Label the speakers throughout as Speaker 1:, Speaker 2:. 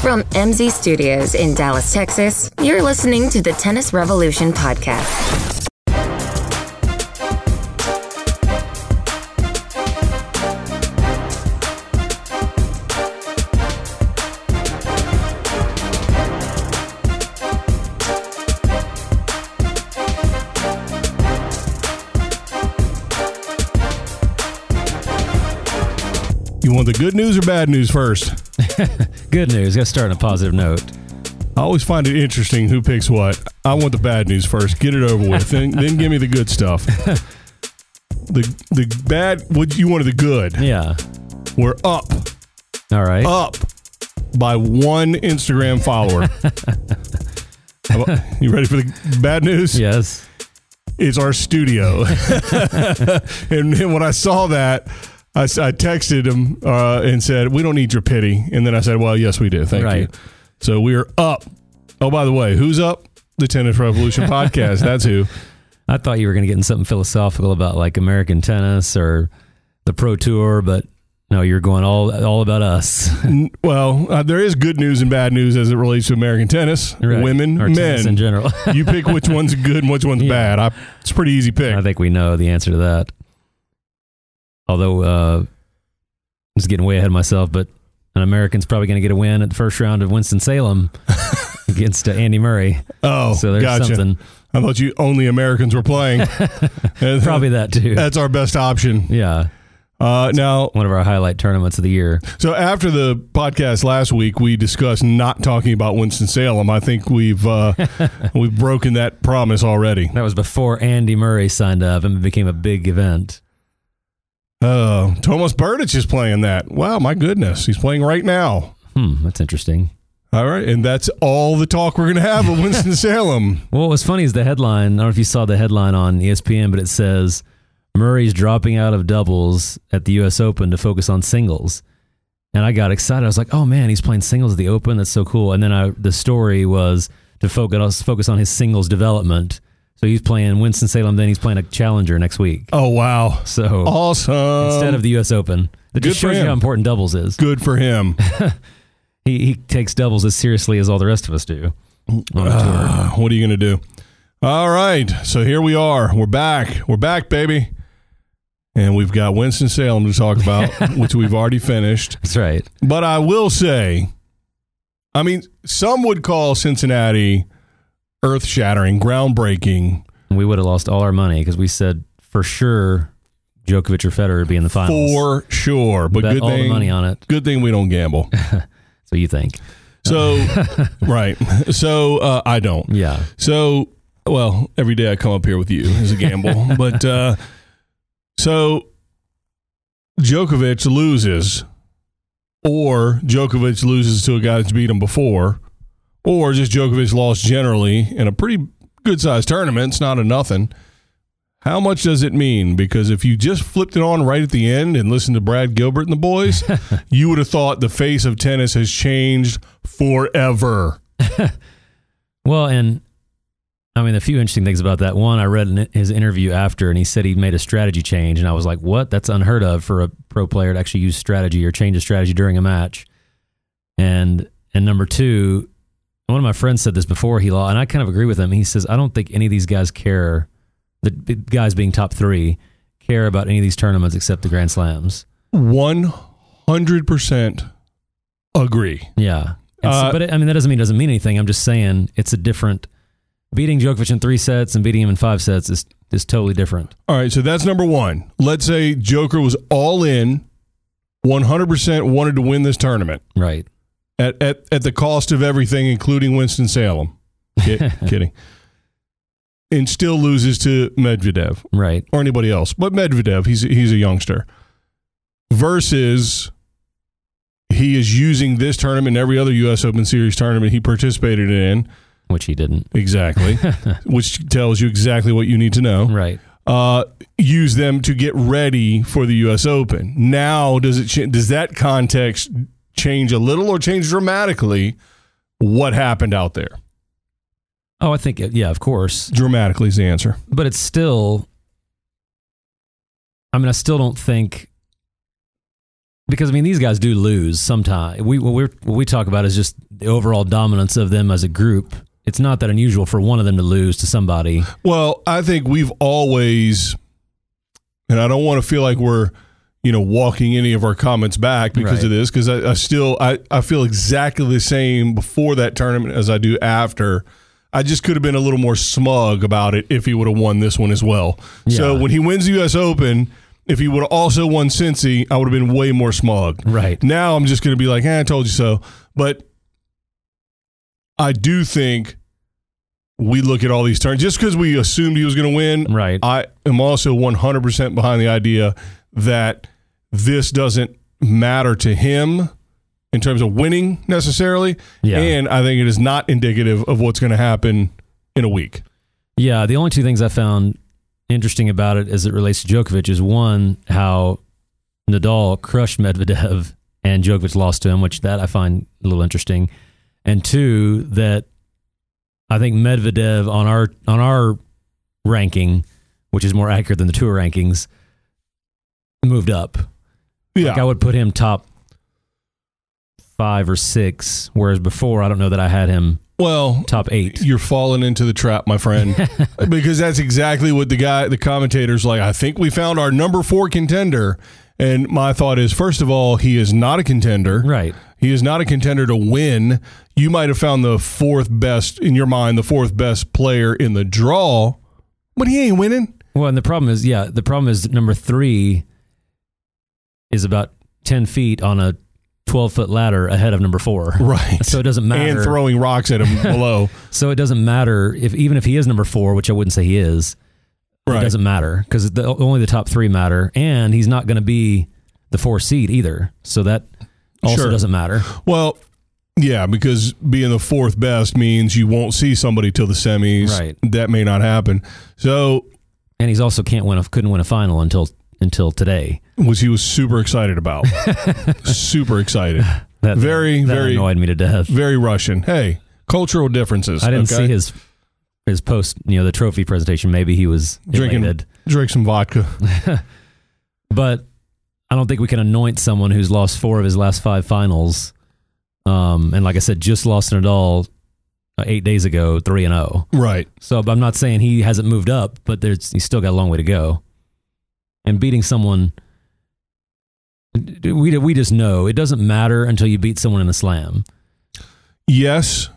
Speaker 1: From MZ Studios in Dallas, Texas, you're listening to the Tennis Revolution Podcast.
Speaker 2: You want the good news or bad news first?
Speaker 3: Good news. Let's start on a positive note.
Speaker 2: I always find it interesting who picks what. I want the bad news first. Get it over with. then, then give me the good stuff. The the bad. What you wanted the good.
Speaker 3: Yeah.
Speaker 2: We're up,
Speaker 3: All right.
Speaker 2: up by one Instagram follower. How about- you ready for the bad news?
Speaker 3: Yes.
Speaker 2: It's our studio. and then when I saw that. I, s- I texted him uh, and said, "We don't need your pity." And then I said, "Well, yes, we do. Thank you."
Speaker 3: Right.
Speaker 2: So we are up. Oh, by the way, who's up? The Tennis Revolution podcast. That's who.
Speaker 3: I thought you were going to get in something philosophical about like American tennis or the pro tour, but no, you're going all all about us.
Speaker 2: N- Well, uh, there is good news and bad news as it relates to American tennis,
Speaker 3: Right.
Speaker 2: women,
Speaker 3: or tennis in
Speaker 2: men.
Speaker 3: general.
Speaker 2: you pick which one's good and which one's
Speaker 3: Yeah.
Speaker 2: bad. I, it's a pretty easy pick.
Speaker 3: I think we know the answer to that. Although uh, I'm just getting way ahead of myself, but an American's probably going to get a win at the first round of Winston Salem against uh, Andy Murray.
Speaker 2: oh,
Speaker 3: so there's
Speaker 2: gotcha.
Speaker 3: something.
Speaker 2: I thought you only Americans were playing. And
Speaker 3: Probably that too.
Speaker 2: That's our best option.
Speaker 3: yeah,
Speaker 2: Uh, now,
Speaker 3: one of our highlight tournaments of the year.
Speaker 2: so after the podcast last week, we discussed not talking about Winston Salem. I think we've uh, we've broken that promise already.
Speaker 3: That was before Andy Murray signed up and became a big event.
Speaker 2: Oh, Thomas Burditch is playing that. Wow, my goodness. He's playing right now.
Speaker 3: Hmm, that's interesting.
Speaker 2: All right. And that's all the talk we're going to have of Winston-Salem.
Speaker 3: Well, what was funny is the headline. I don't know if you saw the headline on E ESPN, but it says Murray's dropping out of doubles at the U.S. Open to focus on singles. And I got excited. I was like, "Oh man, he's playing singles at the Open. That's so cool!" And then I, the story was to focus uh, focus on his singles development. So he's playing Winston Salem. Then he's playing a challenger next week.
Speaker 2: Oh, wow.
Speaker 3: So
Speaker 2: Awesome.
Speaker 3: instead of the U.S. Open, that
Speaker 2: Oh, good
Speaker 3: just
Speaker 2: for
Speaker 3: shows you
Speaker 2: him.
Speaker 3: how important doubles is.
Speaker 2: Good for him.
Speaker 3: He he takes doubles as seriously as all the rest of us do. On the tour.
Speaker 2: Uh, what are you going to do? All right. So here we are. We're back. We're back, baby. And we've got Winston-Salem to talk about, which we've already finished.
Speaker 3: That's right.
Speaker 2: But I will say, I mean, some would call Cincinnati earth shattering, groundbreaking.
Speaker 3: And we would have lost all our money because we said for sure Djokovic or Federer would be in the finals.
Speaker 2: For sure. But
Speaker 3: Bet
Speaker 2: good
Speaker 3: all
Speaker 2: thing
Speaker 3: the money on it.
Speaker 2: good thing we don't gamble.
Speaker 3: So you think?
Speaker 2: So right. So uh, I don't.
Speaker 3: Yeah.
Speaker 2: So well, every day I come up here with you is a gamble. but uh, so Djokovic loses or Djokovic loses to a guy that's beat him before or just Djokovic lost generally in a pretty good sized tournament, it's not a nothing. How much does it mean? Because if you just flipped it on right at the end and listened to Brad Gilbert and the boys, you would have thought the face of tennis has changed forever.
Speaker 3: Well, and I mean, a few interesting things about that. One, I read in his interview after, and he said he made a strategy change, and I was like, "What? That's unheard of for a pro player to actually use strategy or change a strategy during a match." And and number two, one of my friends said this before he lost, and I kind of agree with him. He says, "I don't think any of these guys care. The the guys being top three care about any of these tournaments except the Grand Slams."
Speaker 2: 100% agree.
Speaker 3: Yeah. And so-
Speaker 2: Uh,
Speaker 3: but it, I mean, that doesn't mean it doesn't mean anything. I'm just saying it's a different. Beating Djokovic in three sets and beating him in five sets is is totally different.
Speaker 2: All right, so that's number one. Let's say Joker was all in, 100% wanted to win this tournament.
Speaker 3: Right.
Speaker 2: at, at, at the cost of everything, including Winston Salem. kidding. And still loses to Medvedev
Speaker 3: Right.
Speaker 2: or anybody else, but Medvedev, he's he's a youngster. Versus, he is using this tournament and every other U.S. Open Series tournament he participated in
Speaker 3: Which he didn't.
Speaker 2: exactly, which tells you exactly what you need to know
Speaker 3: Right.
Speaker 2: uh, use them to get ready for the U.S. Open. Now, does it ch- does that context change a little or change dramatically? What happened out there?
Speaker 3: Oh, I think it, yeah, of course.
Speaker 2: Dramatically is the answer.
Speaker 3: But it's still. I mean, I still don't think. Because I mean, these guys do lose sometimes. We what we what we talk about is just the overall dominance of them as a group, it's not that unusual for one of them to lose to somebody.
Speaker 2: Well, I think we've always, and I don't want to feel like we're, you know, walking any of our comments back because
Speaker 3: Right.
Speaker 2: of this, because I, I still I, I feel exactly the same before that tournament as I do after. I just could have been a little more smug about it if he would have won this one as well. So
Speaker 3: Yeah.
Speaker 2: when he wins the U.S. Open, if he would have also won Cincy, I would have been way more smug.
Speaker 3: Right.
Speaker 2: Now I'm just going to be like, eh, I told you so. But I do think we look at all these turns just because we assumed he was going to win.
Speaker 3: Right.
Speaker 2: I am also 100% behind the idea that this doesn't matter to him in terms of winning necessarily.
Speaker 3: Yeah.
Speaker 2: And I think it is not indicative of what's going to happen in a week.
Speaker 3: Yeah, the only two things I found interesting about it as it relates to Djokovic is one, how Nadal crushed Medvedev and Djokovic lost to him, which that I find a little interesting. And two, that I think Medvedev on our on our ranking, which is more accurate than the tour rankings, moved up.
Speaker 2: Yeah.
Speaker 3: Like I would put him top five or six, whereas before I don't know that I had him
Speaker 2: well,
Speaker 3: top eight.
Speaker 2: You're falling into the trap, my friend, because that's exactly what the guy, the commentator's like. I think we found our number four contender. And my thought is, first of all, he is not a contender.
Speaker 3: Right.
Speaker 2: He is not a contender to win. You might have found the fourth best, in your mind, the fourth best player in the draw, but he ain't winning.
Speaker 3: Well, and the problem is, yeah, the problem is number three is about ten feet on a twelve foot ladder ahead of number four.
Speaker 2: Right.
Speaker 3: So it doesn't matter.
Speaker 2: And throwing rocks at him below.
Speaker 3: so it doesn't matter if even if he is number four, which I wouldn't say he is. It
Speaker 2: Right.
Speaker 3: doesn't matter because the, only the top three matter, and he's not going to be the four seed either. So that also
Speaker 2: Sure.
Speaker 3: doesn't matter.
Speaker 2: Well, yeah, because being the fourth best means you won't see somebody till the semis.
Speaker 3: Right.
Speaker 2: That may not happen. So
Speaker 3: And he's also can't win a couldn't win a final until until today.
Speaker 2: which he was super excited about. super excited.
Speaker 3: That
Speaker 2: Very,
Speaker 3: that
Speaker 2: very-
Speaker 3: annoyed me to death.
Speaker 2: Very Russian. Hey, cultural differences.
Speaker 3: I didn't
Speaker 2: okay?
Speaker 3: see his his post. You know the trophy presentation. Maybe he was
Speaker 2: drinking.
Speaker 3: elated.
Speaker 2: Drink some vodka.
Speaker 3: but I don't think we can anoint someone who's lost four of his last five finals. Um, and like I said, just lost Nadal uh, eight days ago, three and zero.
Speaker 2: Right.
Speaker 3: So but I'm not saying he hasn't moved up, but there's he's still got a long way to go. And beating someone, d- we we just know it doesn't matter until you beat someone in a slam.
Speaker 2: Yes.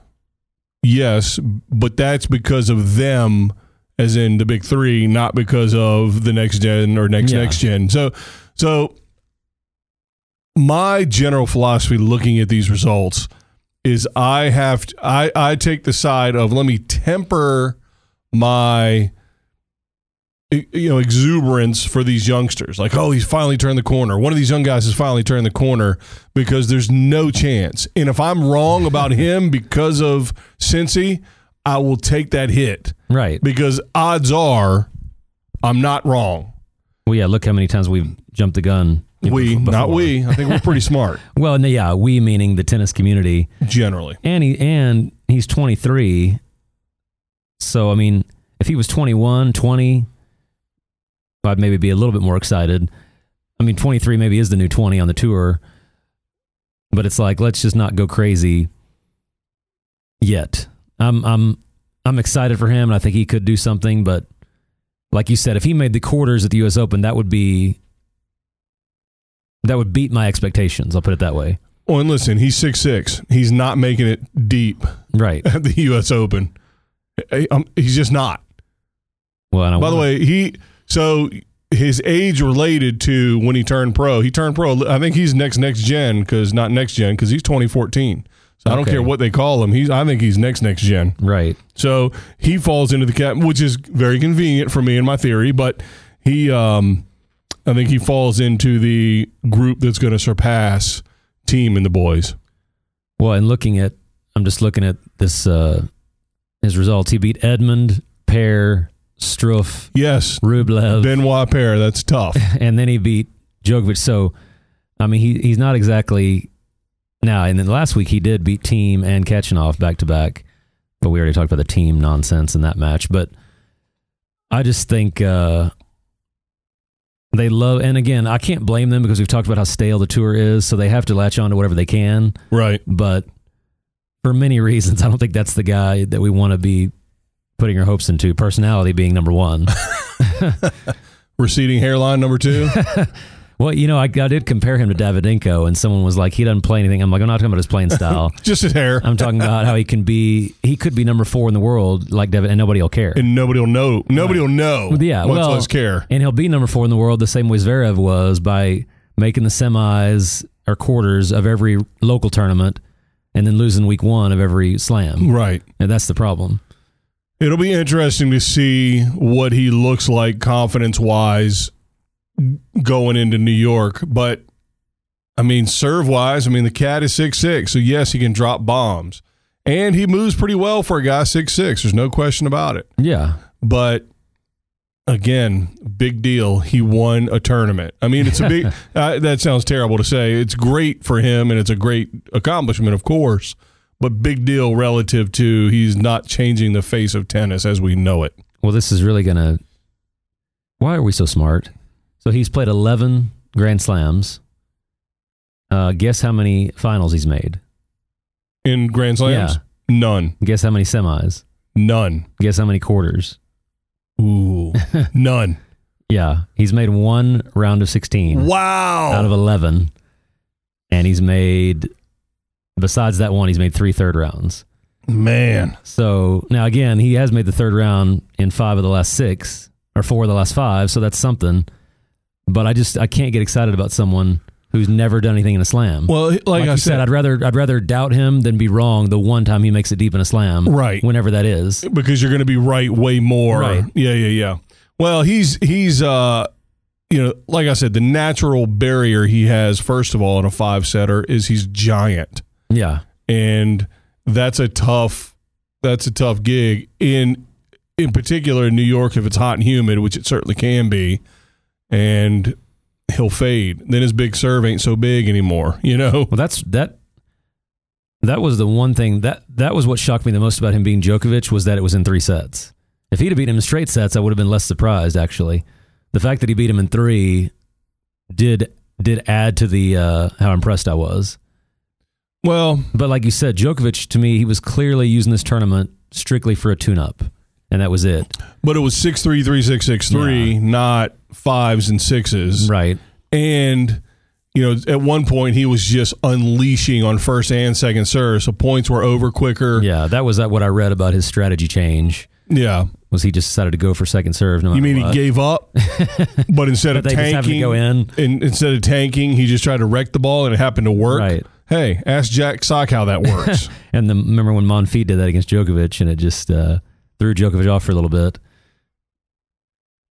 Speaker 2: Yes, but that's because of them, as in the big three, not because of the next gen or next
Speaker 3: Yeah.
Speaker 2: next gen. So, so my general philosophy looking at these results is I have t- I I take the side of let me temper my e- you know exuberance for these youngsters like oh he's finally turned the corner one of these young guys has finally turned the corner because there's no chance and if I'm wrong about him because of Cincy I will take that hit
Speaker 3: Right.
Speaker 2: because odds are I'm not wrong
Speaker 3: Well, yeah. Look how many times we've jumped the gun.
Speaker 2: we
Speaker 3: before.
Speaker 2: not we I think we're pretty smart
Speaker 3: Well, no, yeah. We meaning the tennis community.
Speaker 2: generally
Speaker 3: and he and he's 23 so i mean if he was 21 20 i'd maybe be a little bit more excited i mean 23 maybe is the new 20 on the tour but it's like let's just not go crazy yet i'm i'm i'm excited for him and i think he could do something but like you said if he made the quarters at the us open that would be that would beat my expectations i'll put it that way
Speaker 2: Well, and listen, he's six six. He's not making it deep
Speaker 3: right
Speaker 2: at the U.S. Open. I- I'm- He's just not.
Speaker 3: well and I
Speaker 2: By the
Speaker 3: wanna-
Speaker 2: way, he so his age related to when he turned pro. He turned pro. I think he's next next gen because not next gen because he's 2014. So I don't
Speaker 3: Okay.
Speaker 2: care what they call him. He's I think he's next next gen.
Speaker 3: right
Speaker 2: So he falls into the cap, which is very convenient for me in my theory. But he, um, I think he falls into the group that's going to surpass team and the boys.
Speaker 3: Well, and looking at, I'm just looking at this uh, his results. He beat Edmund, Pear, Struff,
Speaker 2: Yes,
Speaker 3: Rublev,
Speaker 2: Benoit Paire. That's tough.
Speaker 3: and then he beat Djokovic. So, I mean, he he's not exactly now. And then last week he did beat Team and Kachanov back to back, but we already talked about the team nonsense in that match. But I just think uh, they love, and again, I can't blame them because we've talked about how stale the tour is, so they have to latch on to whatever they can
Speaker 2: right.
Speaker 3: but for many reasons. I don't think that's the guy that we want to be putting our hopes into. Personality being number one.
Speaker 2: Receding hairline number two.
Speaker 3: Well, you know, I, I did compare him to Davidenko, and someone was like, "He doesn't play anything." I'm like, "I'm not talking about his playing style.
Speaker 2: Just his hair.
Speaker 3: I'm talking about how he can be. He could be number four in the world, like David, and nobody will care.
Speaker 2: and nobody will know. Nobody will know.
Speaker 3: yeah,
Speaker 2: much
Speaker 3: well,
Speaker 2: less care.
Speaker 3: And he'll be number four in the world the same way Zverev was by making the semis or quarters of every local tournament, and then losing week one of every slam.
Speaker 2: Right.
Speaker 3: And that's the problem.
Speaker 2: It'll be interesting to see what he looks like confidence wise going into New York. But I mean, serve wise, I mean, the cat is six six, so yes, he can drop bombs, and he moves pretty well for a guy six six. There's no question about it.
Speaker 3: Yeah,
Speaker 2: But again, big deal. He won a tournament. I mean, it's a big. uh, that sounds terrible to say. It's great for him, and it's a great accomplishment, of course. But big deal relative to he's not changing the face of tennis as we know it.
Speaker 3: Well, this is really going to. Why are we so smart? So he's played 11 Grand Slams. Uh, guess how many finals he's made?
Speaker 2: In Grand Slams,
Speaker 3: Yeah.
Speaker 2: none,
Speaker 3: Guess how many semis?
Speaker 2: none,
Speaker 3: Guess how many quarters?
Speaker 2: ooh, none.
Speaker 3: Yeah, he's made one round of 16
Speaker 2: Wow,
Speaker 3: out of 11. And he's made, besides that one, he's made three third rounds.
Speaker 2: man,
Speaker 3: So now, again, he has made the third round in five of the last six or four of the last five. So that's something. But I just, I can't get excited about someone who's never done anything in a slam.
Speaker 2: Well, like,
Speaker 3: like,
Speaker 2: I
Speaker 3: you said, I'd rather I'd rather doubt him than be wrong the one time he makes it deep in a slam,
Speaker 2: Right.
Speaker 3: Whenever that is,
Speaker 2: because you're going to be right way more.
Speaker 3: Right.
Speaker 2: Yeah, yeah, yeah. Well, he's he's uh you know, like I said, the natural barrier he has first of all in a five setter is he's giant.
Speaker 3: yeah,
Speaker 2: And that's a tough that's a tough gig in in particular in New York if it's hot and humid, which it certainly can be. And he'll fade. Then his big serve ain't so big anymore, you know.
Speaker 3: Well, that's that. That was the one thing that that was what shocked me the most about him being Djokovic was that it was in three sets. If he'd have beat him in straight sets, I would have been less surprised. Actually, the fact that he beat him in three did did add to the uh, how impressed I was.
Speaker 2: Well,
Speaker 3: But like you said, Djokovic to me, he was clearly using this tournament strictly for a tune-up, and that was it.
Speaker 2: but it was six three three six six three, not fives and sixes.
Speaker 3: Right.
Speaker 2: and you know at one point he was just unleashing on first and second serve so points were over quicker
Speaker 3: Yeah, that was uh, what I read about his strategy change.
Speaker 2: Yeah.
Speaker 3: Was he just decided to go for second serve? No matter
Speaker 2: you mean
Speaker 3: what.
Speaker 2: he gave up but instead of
Speaker 3: But they just happened to
Speaker 2: tanking
Speaker 3: go in.
Speaker 2: and instead of tanking he just tried to wreck the ball and it happened to work
Speaker 3: Right.
Speaker 2: hey ask jack sock how that works
Speaker 3: And the, remember when Monfils did that against Djokovic, and it just uh, threw Djokovic off for a little bit.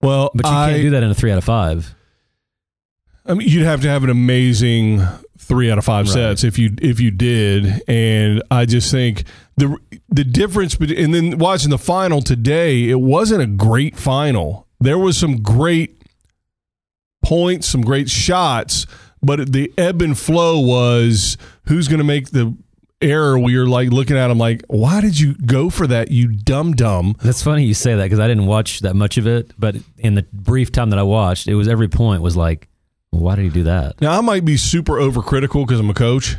Speaker 2: well
Speaker 3: But you
Speaker 2: I,
Speaker 3: can't do that in a three out of five.
Speaker 2: I mean, you'd have to have an amazing three out of five
Speaker 3: Right.
Speaker 2: sets if you if you did. And I just think the the difference. bet- And then watching the final today, it wasn't a great final. There was some great points, some great shots, but the ebb and flow was who's going to make the error. We were like looking at them like, why did you go for that? You dumb dumb.
Speaker 3: That's funny you say that because I didn't watch that much of it, but in the brief time that I watched, it was every point was like, well, why did he do that?
Speaker 2: Now I might be super overcritical because I'm a coach,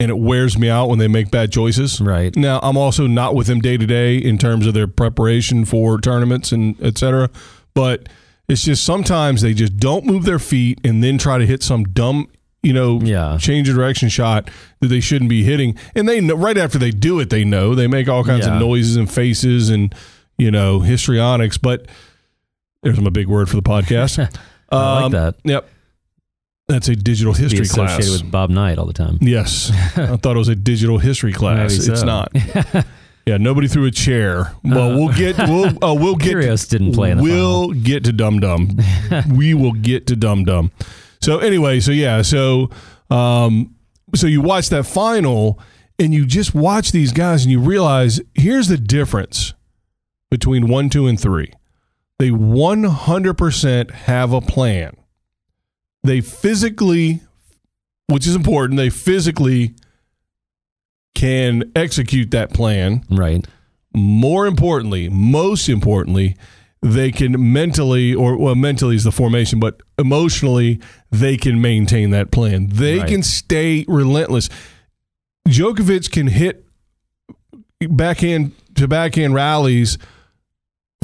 Speaker 2: and it wears me out when they make bad choices.
Speaker 3: Right.
Speaker 2: Now, I'm also not with them day to day in terms of their preparation for tournaments and et cetera, but it's just sometimes they just don't move their feet and then try to hit some dumb, you know,
Speaker 3: Yeah.
Speaker 2: change of direction shot that they shouldn't be hitting. And they know right after they do it, they know they make all kinds
Speaker 3: Yeah.
Speaker 2: of noises and faces and, you know, histrionics. But there's my big word for the podcast.
Speaker 3: I like
Speaker 2: Um,
Speaker 3: that.
Speaker 2: Yep. That's a digital
Speaker 3: Be
Speaker 2: history
Speaker 3: associated
Speaker 2: class.
Speaker 3: with Bob Knight all the time.
Speaker 2: Yes. I thought it was a digital history class.
Speaker 3: Maybe
Speaker 2: It's
Speaker 3: so.
Speaker 2: not. Yeah, nobody threw a chair. Well,
Speaker 3: Uh,
Speaker 2: we'll get we'll uh, we'll get
Speaker 3: Kyrgios didn't play in the
Speaker 2: We'll get to Dum Dum. we will get to Dum Dum. So anyway, so yeah, so um, so you watch that final and you just watch these guys and you realize here's the difference between one, two, and three. They 100% have a plan. They physically, which is important, they physically can execute that plan
Speaker 3: Right.
Speaker 2: more importantly, most importantly, they can mentally or well mentally is the formation, but emotionally they can maintain that plan. They
Speaker 3: Right.
Speaker 2: can stay relentless. Djokovic can hit backhand to backhand rallies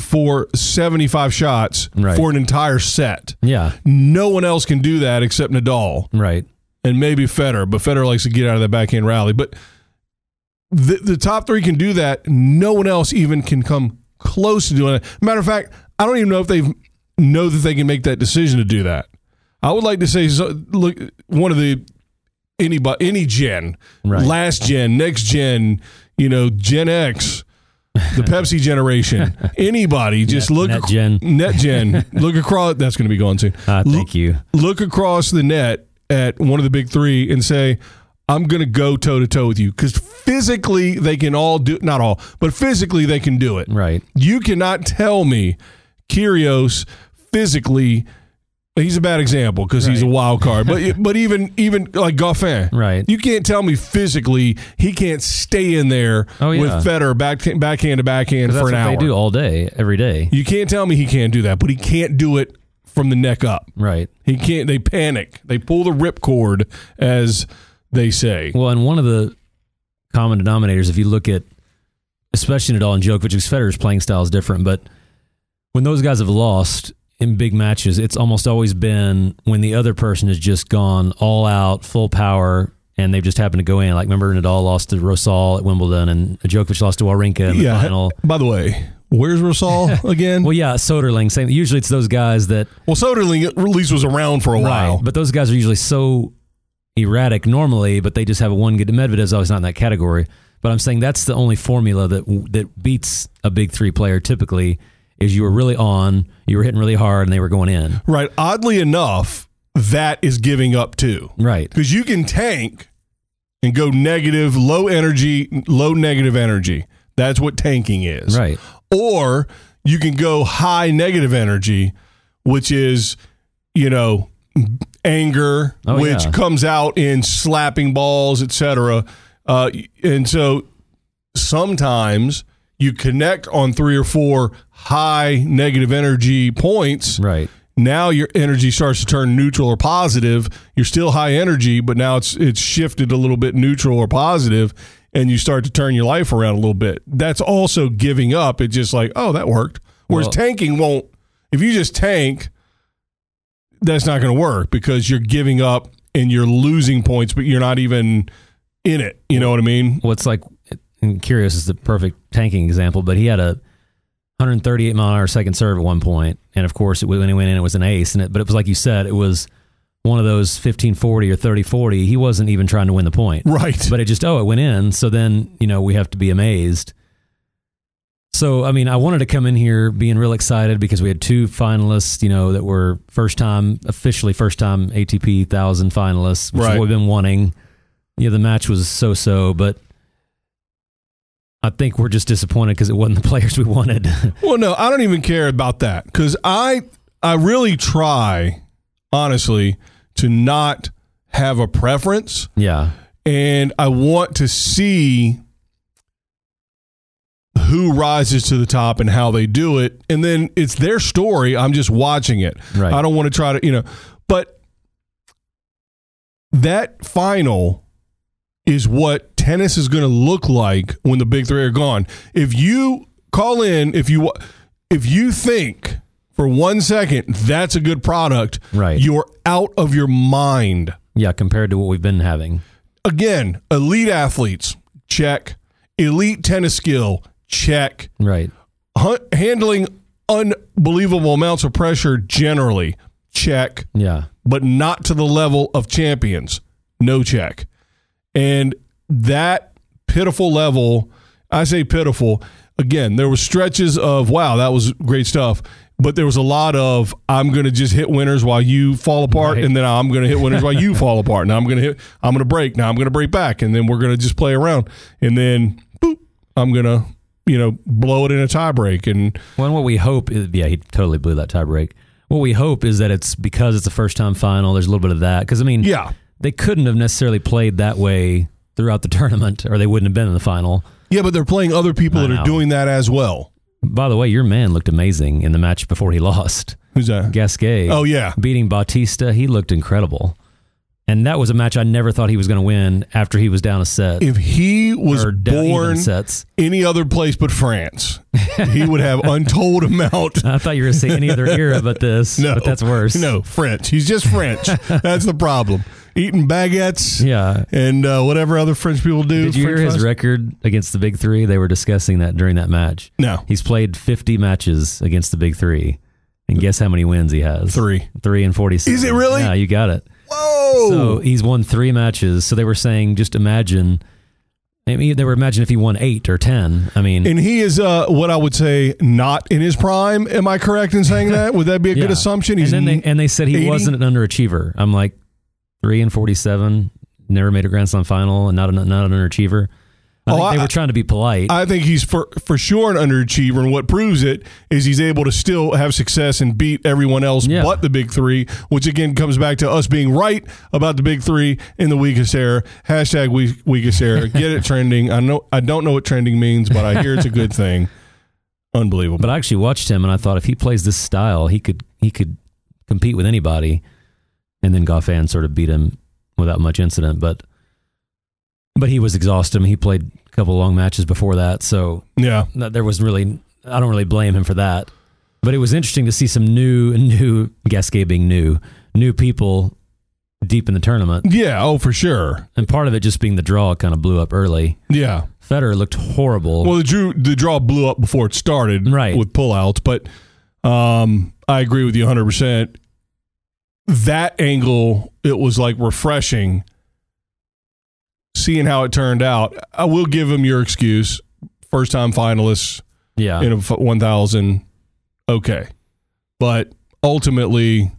Speaker 2: for 75 shots
Speaker 3: Right.
Speaker 2: for an entire set.
Speaker 3: Yeah.
Speaker 2: No one else can do that except Nadal
Speaker 3: Right.
Speaker 2: and maybe Federer, but Federer likes to get out of that backhand rally. But the, the top three can do that. No one else even can come close to doing it. Matter of fact, I don't even know if they know that they can make that decision to do that. I would like to say, so, look, one of the anybody, any gen,
Speaker 3: Right.
Speaker 2: last gen, next gen, you know, Gen X, the Pepsi generation, anybody, just
Speaker 3: Net-
Speaker 2: look
Speaker 3: net gen.
Speaker 2: net gen, look across. That's going to be gone soon
Speaker 3: Uh, thank you.
Speaker 2: look across the net at one of the big three and say, I'm going to go toe to toe with you because physically they can all do not all, but physically they can do it.
Speaker 3: Right.
Speaker 2: You cannot tell me Kyrgios physically. He's a bad example because he's a wild card, but but even even like Goffin,
Speaker 3: Right.
Speaker 2: You can't tell me physically he can't stay in there
Speaker 3: Oh, yeah.
Speaker 2: with Federer back backhand to backhand
Speaker 3: 'Cause
Speaker 2: for an
Speaker 3: that's what
Speaker 2: hour.
Speaker 3: they do all day, every day.
Speaker 2: You can't tell me he can't do that, but he can't do it from the neck up.
Speaker 3: Right.
Speaker 2: He can't. They panic. They pull the ripcord, as they say.
Speaker 3: Well, and one of the common denominators, if you look at, especially Nadal and Djokovic, because Federer's playing style is different, but when those guys have lost in big matches, it's almost always been when the other person has just gone all out, full power, and they've just happened to go in. Like, remember Nadal lost to Rosal at Wimbledon, and Djokovic lost to Wawrinka in the final.
Speaker 2: By the way, where's Rosal again?
Speaker 3: Well,
Speaker 2: well,
Speaker 3: yeah, Soderling. Same. Usually, it's those guys that
Speaker 2: Soderling at least was around for a while.
Speaker 3: But those guys are usually so erratic normally, but they just have a one good. Medvedev's always not in that category. But I'm saying that's the only formula that that beats a big three player typically is you were really on, you were hitting really hard, and they were going in.
Speaker 2: Right. Oddly enough, that is giving up too,
Speaker 3: Right.
Speaker 2: because you can tank and go negative, low energy, low negative energy. That's what tanking is.
Speaker 3: Right.
Speaker 2: or you can go high negative energy, which is, you know, anger,
Speaker 3: Oh,
Speaker 2: which
Speaker 3: yeah.
Speaker 2: comes out in slapping balls, etc. Uh, and so sometimes you connect on three or four high negative energy points.
Speaker 3: Right.
Speaker 2: Now your energy starts to turn neutral or positive. You're still high energy, but now it's it's shifted a little bit neutral or positive, and you start to turn your life around a little bit. That's also giving up. It's just like, oh, that worked. Whereas
Speaker 3: Well-
Speaker 2: tanking won't. If you just tank, that's not going to work because you're giving up and you're losing points, but you're not even in it. You know what I mean?
Speaker 3: What's like, and Curious is the perfect tanking example, but he had a 138 mile an hour second serve at one point, and of course, it, when he went in, it was an ace, and it, but it was like you said, it was one of those 1540 or 3040. He wasn't even trying to win the point.
Speaker 2: Right.
Speaker 3: but it just oh it went in so then you know we have to be amazed so i mean i wanted to come in here being real excited because we had two finalists you know that were first time officially first time atp 1000 finalists which is
Speaker 2: Right.
Speaker 3: what we've been wanting you know the match was so so but i think we're just disappointed because it wasn't the players we wanted
Speaker 2: Well, no, I don't even care about that because I I really try, honestly, to not have a preference,
Speaker 3: yeah
Speaker 2: and I want to see who rises to the top and how they do it, and then it's their story. I'm just watching it.
Speaker 3: Right.
Speaker 2: I don't want to try to you know, but that final is what tennis is going to look like when the big three are gone. If you call in, if you if you think for one second that's a good product,
Speaker 3: Right.
Speaker 2: You're out of your mind.
Speaker 3: yeah compared to what we've been having
Speaker 2: Again, elite athletes, check. Elite tennis skill, check.
Speaker 3: right
Speaker 2: Hun- handling unbelievable amounts of pressure generally, check
Speaker 3: yeah
Speaker 2: but not to the level of champions. No check. And that pitiful level, I say pitiful. Again, there were stretches of wow, that was great stuff, but there was a lot of I'm going to just hit winners while you fall apart
Speaker 3: Right.
Speaker 2: and then I'm going to hit winners while you fall apart. Now I'm going to hit I'm going to break, now I'm going to break back and then we're going to just play around and then boop, I'm going to you know, blow it in a tie break and
Speaker 3: Well, and what we hope is, yeah, he totally blew that tie break. What we hope is that it's because it's a first time final, there's a little bit of that. Because, I mean,
Speaker 2: yeah.
Speaker 3: they couldn't have necessarily played that way throughout the tournament or they wouldn't have been in the final.
Speaker 2: Yeah, but they're playing other people
Speaker 3: I
Speaker 2: that are
Speaker 3: know.
Speaker 2: doing that as well.
Speaker 3: By the way, your man looked amazing in the match before he lost.
Speaker 2: Who's that?
Speaker 3: Gasquet
Speaker 2: Oh yeah.
Speaker 3: beating Bautista, he looked incredible. And that was a match I never thought he was going to win after he was down a set
Speaker 2: If he was
Speaker 3: or down even
Speaker 2: born
Speaker 3: sets.
Speaker 2: any other place but France, he would have untold amount.
Speaker 3: I thought you were going to say any other era but this,
Speaker 2: No,
Speaker 3: but that's worse.
Speaker 2: No, French. He's just French. That's the problem. Eating baguettes
Speaker 3: Yeah.
Speaker 2: and uh, whatever other French people do.
Speaker 3: Did you
Speaker 2: French
Speaker 3: hear his
Speaker 2: fries.
Speaker 3: record against the Big Three? They were discussing that during that match.
Speaker 2: No,
Speaker 3: He's played 50 matches against the Big Three. And guess how many wins he has?
Speaker 2: three.
Speaker 3: Three and 46.
Speaker 2: Is it really?
Speaker 3: Yeah, you got it.
Speaker 2: Whoa!
Speaker 3: So he's won three matches. So they were saying, just imagine. I mean, they were imagining if he won eight or 10. I mean,
Speaker 2: and he is uh, what I would say not in his prime. Am I correct in saying that? Would that be a good
Speaker 3: Yeah.
Speaker 2: assumption?
Speaker 3: and
Speaker 2: He's
Speaker 3: then they, and they said he
Speaker 2: 80?
Speaker 3: wasn't an underachiever. I'm like three and forty seven, never made a Grand Slam final, and not an, not an underachiever. I
Speaker 2: Oh,
Speaker 3: think they
Speaker 2: I-
Speaker 3: were trying to be polite.
Speaker 2: I think he's for for sure an underachiever, and what proves it is he's able to still have success and beat everyone else
Speaker 3: Yeah.
Speaker 2: but the big three, which again comes back to us being right about the big three in the weakest era. Hashtag weak, weakest era. Get it trending. I know I don't know what trending means, but I hear it's a good thing. Unbelievable.
Speaker 3: but I actually watched him, and I thought if he plays this style, he could he could compete with anybody. And then Goffin sort of beat him without much incident, but but he was exhausted. I mean, he played a couple long matches before that, so
Speaker 2: yeah.
Speaker 3: that there was really I don't really blame him for that. But it was interesting to see some new new Gasquet being new, new people deep in the tournament.
Speaker 2: Yeah. Oh, for sure.
Speaker 3: And part of it just being the draw kind of blew up early.
Speaker 2: Yeah.
Speaker 3: Federer looked horrible.
Speaker 2: Well, the drew the draw blew up before it started,
Speaker 3: Right.
Speaker 2: With pullouts, but um, I agree with you 100. percent That angle, it was like refreshing seeing how it turned out. I will give him your excuse. First time finalists
Speaker 3: yeah.
Speaker 2: in a f- 1,000, okay, but ultimately,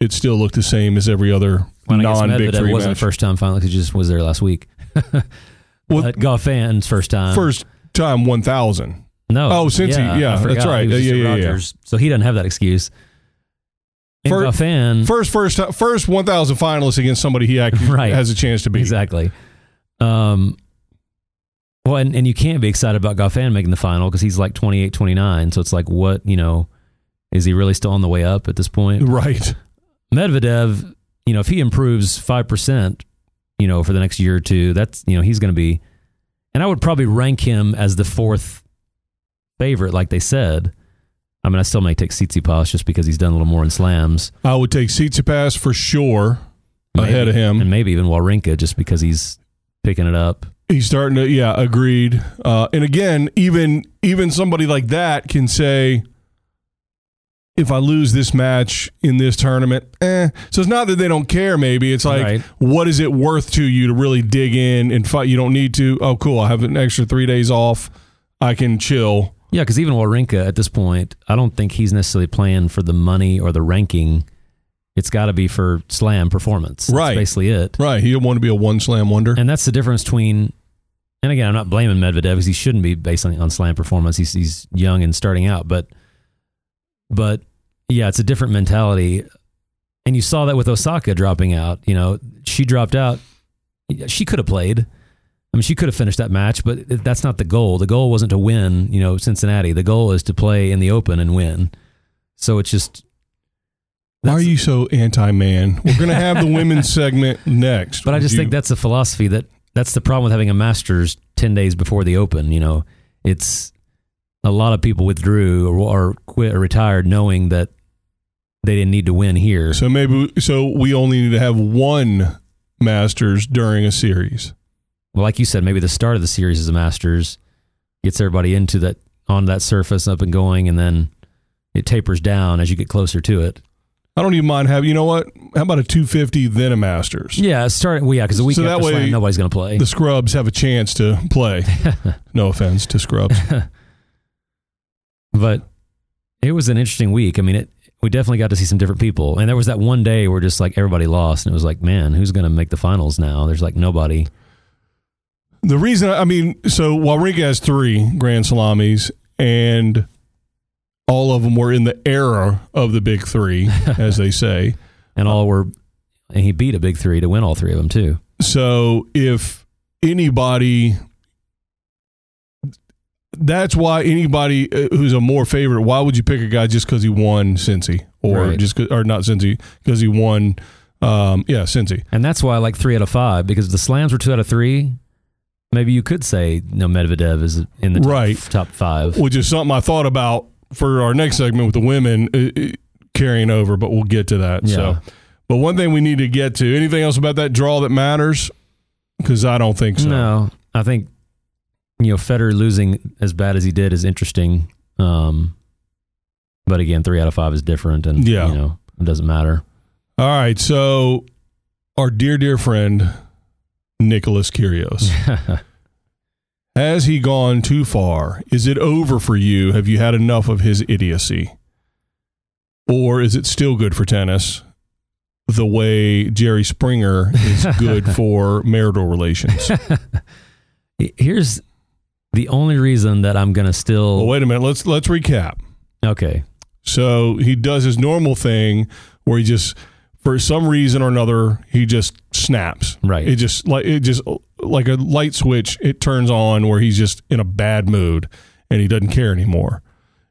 Speaker 2: it still looked the same as every other
Speaker 3: When I guess
Speaker 2: non Big
Speaker 3: Medvedev
Speaker 2: Three
Speaker 3: wasn't
Speaker 2: match.
Speaker 3: first time finally 'cause he just was there last week.
Speaker 2: Well-
Speaker 3: but Goffin's first time.
Speaker 2: first time 1,000.
Speaker 3: No.
Speaker 2: Oh, since he-
Speaker 3: yeah,
Speaker 2: yeah,
Speaker 3: I
Speaker 2: that's
Speaker 3: forgot.
Speaker 2: right.
Speaker 3: He was
Speaker 2: Yeah,
Speaker 3: just at
Speaker 2: yeah, yeah, yeah.
Speaker 3: Rogers, So he doesn't have that excuse. And
Speaker 2: Fir-
Speaker 3: Goffin,
Speaker 2: First, first, uh, first 1,000 finalists against somebody he actually
Speaker 3: Right.
Speaker 2: has a chance to beat.
Speaker 3: Exactly. Um, well, and, and you can't be excited about Goffin making the final because he's like 28, 29. So it's like, what, you know, is he really still on the way up at this point?
Speaker 2: Right.
Speaker 3: Medvedev, you know, if he improves 5%, you know, for the next year or two, that's, you know, he's going to be, and I would probably rank him as the fourth favorite, like they said. I mean, I still may take Tsitsipas just because he's done a little more in slams.
Speaker 2: I would take Tsitsipas for sure ahead
Speaker 3: Maybe.
Speaker 2: of him.
Speaker 3: And maybe even Wawrinka just because he's picking it up.
Speaker 2: He's starting to, yeah, agreed. Uh, and again, even even somebody like that can say, if I lose this match in this tournament, eh. So it's not that they don't care. Maybe it's like,
Speaker 3: Right.
Speaker 2: what is it worth to you to really dig in and fight? You don't need to. Oh, cool. I have an extra three days off. I can chill.
Speaker 3: Yeah, because even Wawrinka at this point, I don't think he's necessarily playing for the money or the ranking. It's got to be for slam performance.
Speaker 2: Right.
Speaker 3: That's basically it.
Speaker 2: Right. He don't want to be a one slam wonder.
Speaker 3: And that's the difference between, and again, I'm not blaming Medvedev because he shouldn't be based on, on slam performance. He's, he's young and starting out, but, but yeah, it's a different mentality. And you saw that with Osaka dropping out. You know, she dropped out. She could have played. I mean, she could have finished that match, but that's not the goal. The goal wasn't to win, you know, Cincinnati. The goal is to play in the open and win. So it's just
Speaker 2: Why are you so anti man? We're going to have the women's segment next.
Speaker 3: But I just think
Speaker 2: that
Speaker 3: that's the philosophy that that's the problem with having a master's 10 days before the open. You know, it's a lot of people withdrew or, or quit or retired knowing that they didn't need to win here.
Speaker 2: so maybe so we only need to have one masters during a series.
Speaker 3: Well, like you said, maybe the start of the series is a master's, gets everybody into that on that surface up and going, and then it tapers down as you get closer to it.
Speaker 2: I don't even mind having. You know what? How about a 250 then a masters?
Speaker 3: Yeah, start. Well, yeah, because the week
Speaker 2: So that
Speaker 3: after
Speaker 2: way-
Speaker 3: slam, nobody's going to play.
Speaker 2: The scrubs have a chance to play. no offense to scrubs.
Speaker 3: but it was an interesting week. I mean, it we definitely got to see some different people, and there was that one day where just like everybody lost, and it was like, man, who's going to make the finals now? There's like nobody.
Speaker 2: The reason I mean, so Wawrinka has three grand salamis, and all of them were in the era of the big three, as they say.
Speaker 3: And all were, and he beat a big three to win all three of them too.
Speaker 2: So if anybody, that's why anybody uh, who's a more favorite, why would you pick a guy just because he won Cincy or
Speaker 3: Right.
Speaker 2: just 'cause- or not Cincy because he won uh, Um, yeah, Cincy.
Speaker 3: And that's why I like three out of five because if the slams were two out of three. Maybe you could say no Medvedev is in the top,
Speaker 2: Right.
Speaker 3: top five.
Speaker 2: which is something I thought about for our next segment with the women uh, uh, carrying over, but we'll get to that. So,
Speaker 3: Yeah.
Speaker 2: but one thing we need to get to. Anything else about that draw that matters? Because I don't think so.
Speaker 3: No, I think you know Federer losing as bad as he did is interesting. Um, but again, three out of five is different, and
Speaker 2: Yeah.
Speaker 3: you know it doesn't matter.
Speaker 2: All right. So, our dear dear friend Nicholas Curios has he gone too far? Is it over for you? Have you had enough of his idiocy? Or is it still good for tennis? The way Jerry Springer is good for marital relations.
Speaker 3: Here's the only reason that I'm gonna still
Speaker 2: Well, wait a minute. Let's let's recap.
Speaker 3: okay.
Speaker 2: So he does his normal thing where he just, for some reason or another, he just snaps.
Speaker 3: Right.
Speaker 2: It just like it just like a light switch. It turns on where he's just in a bad mood and he doesn't care anymore.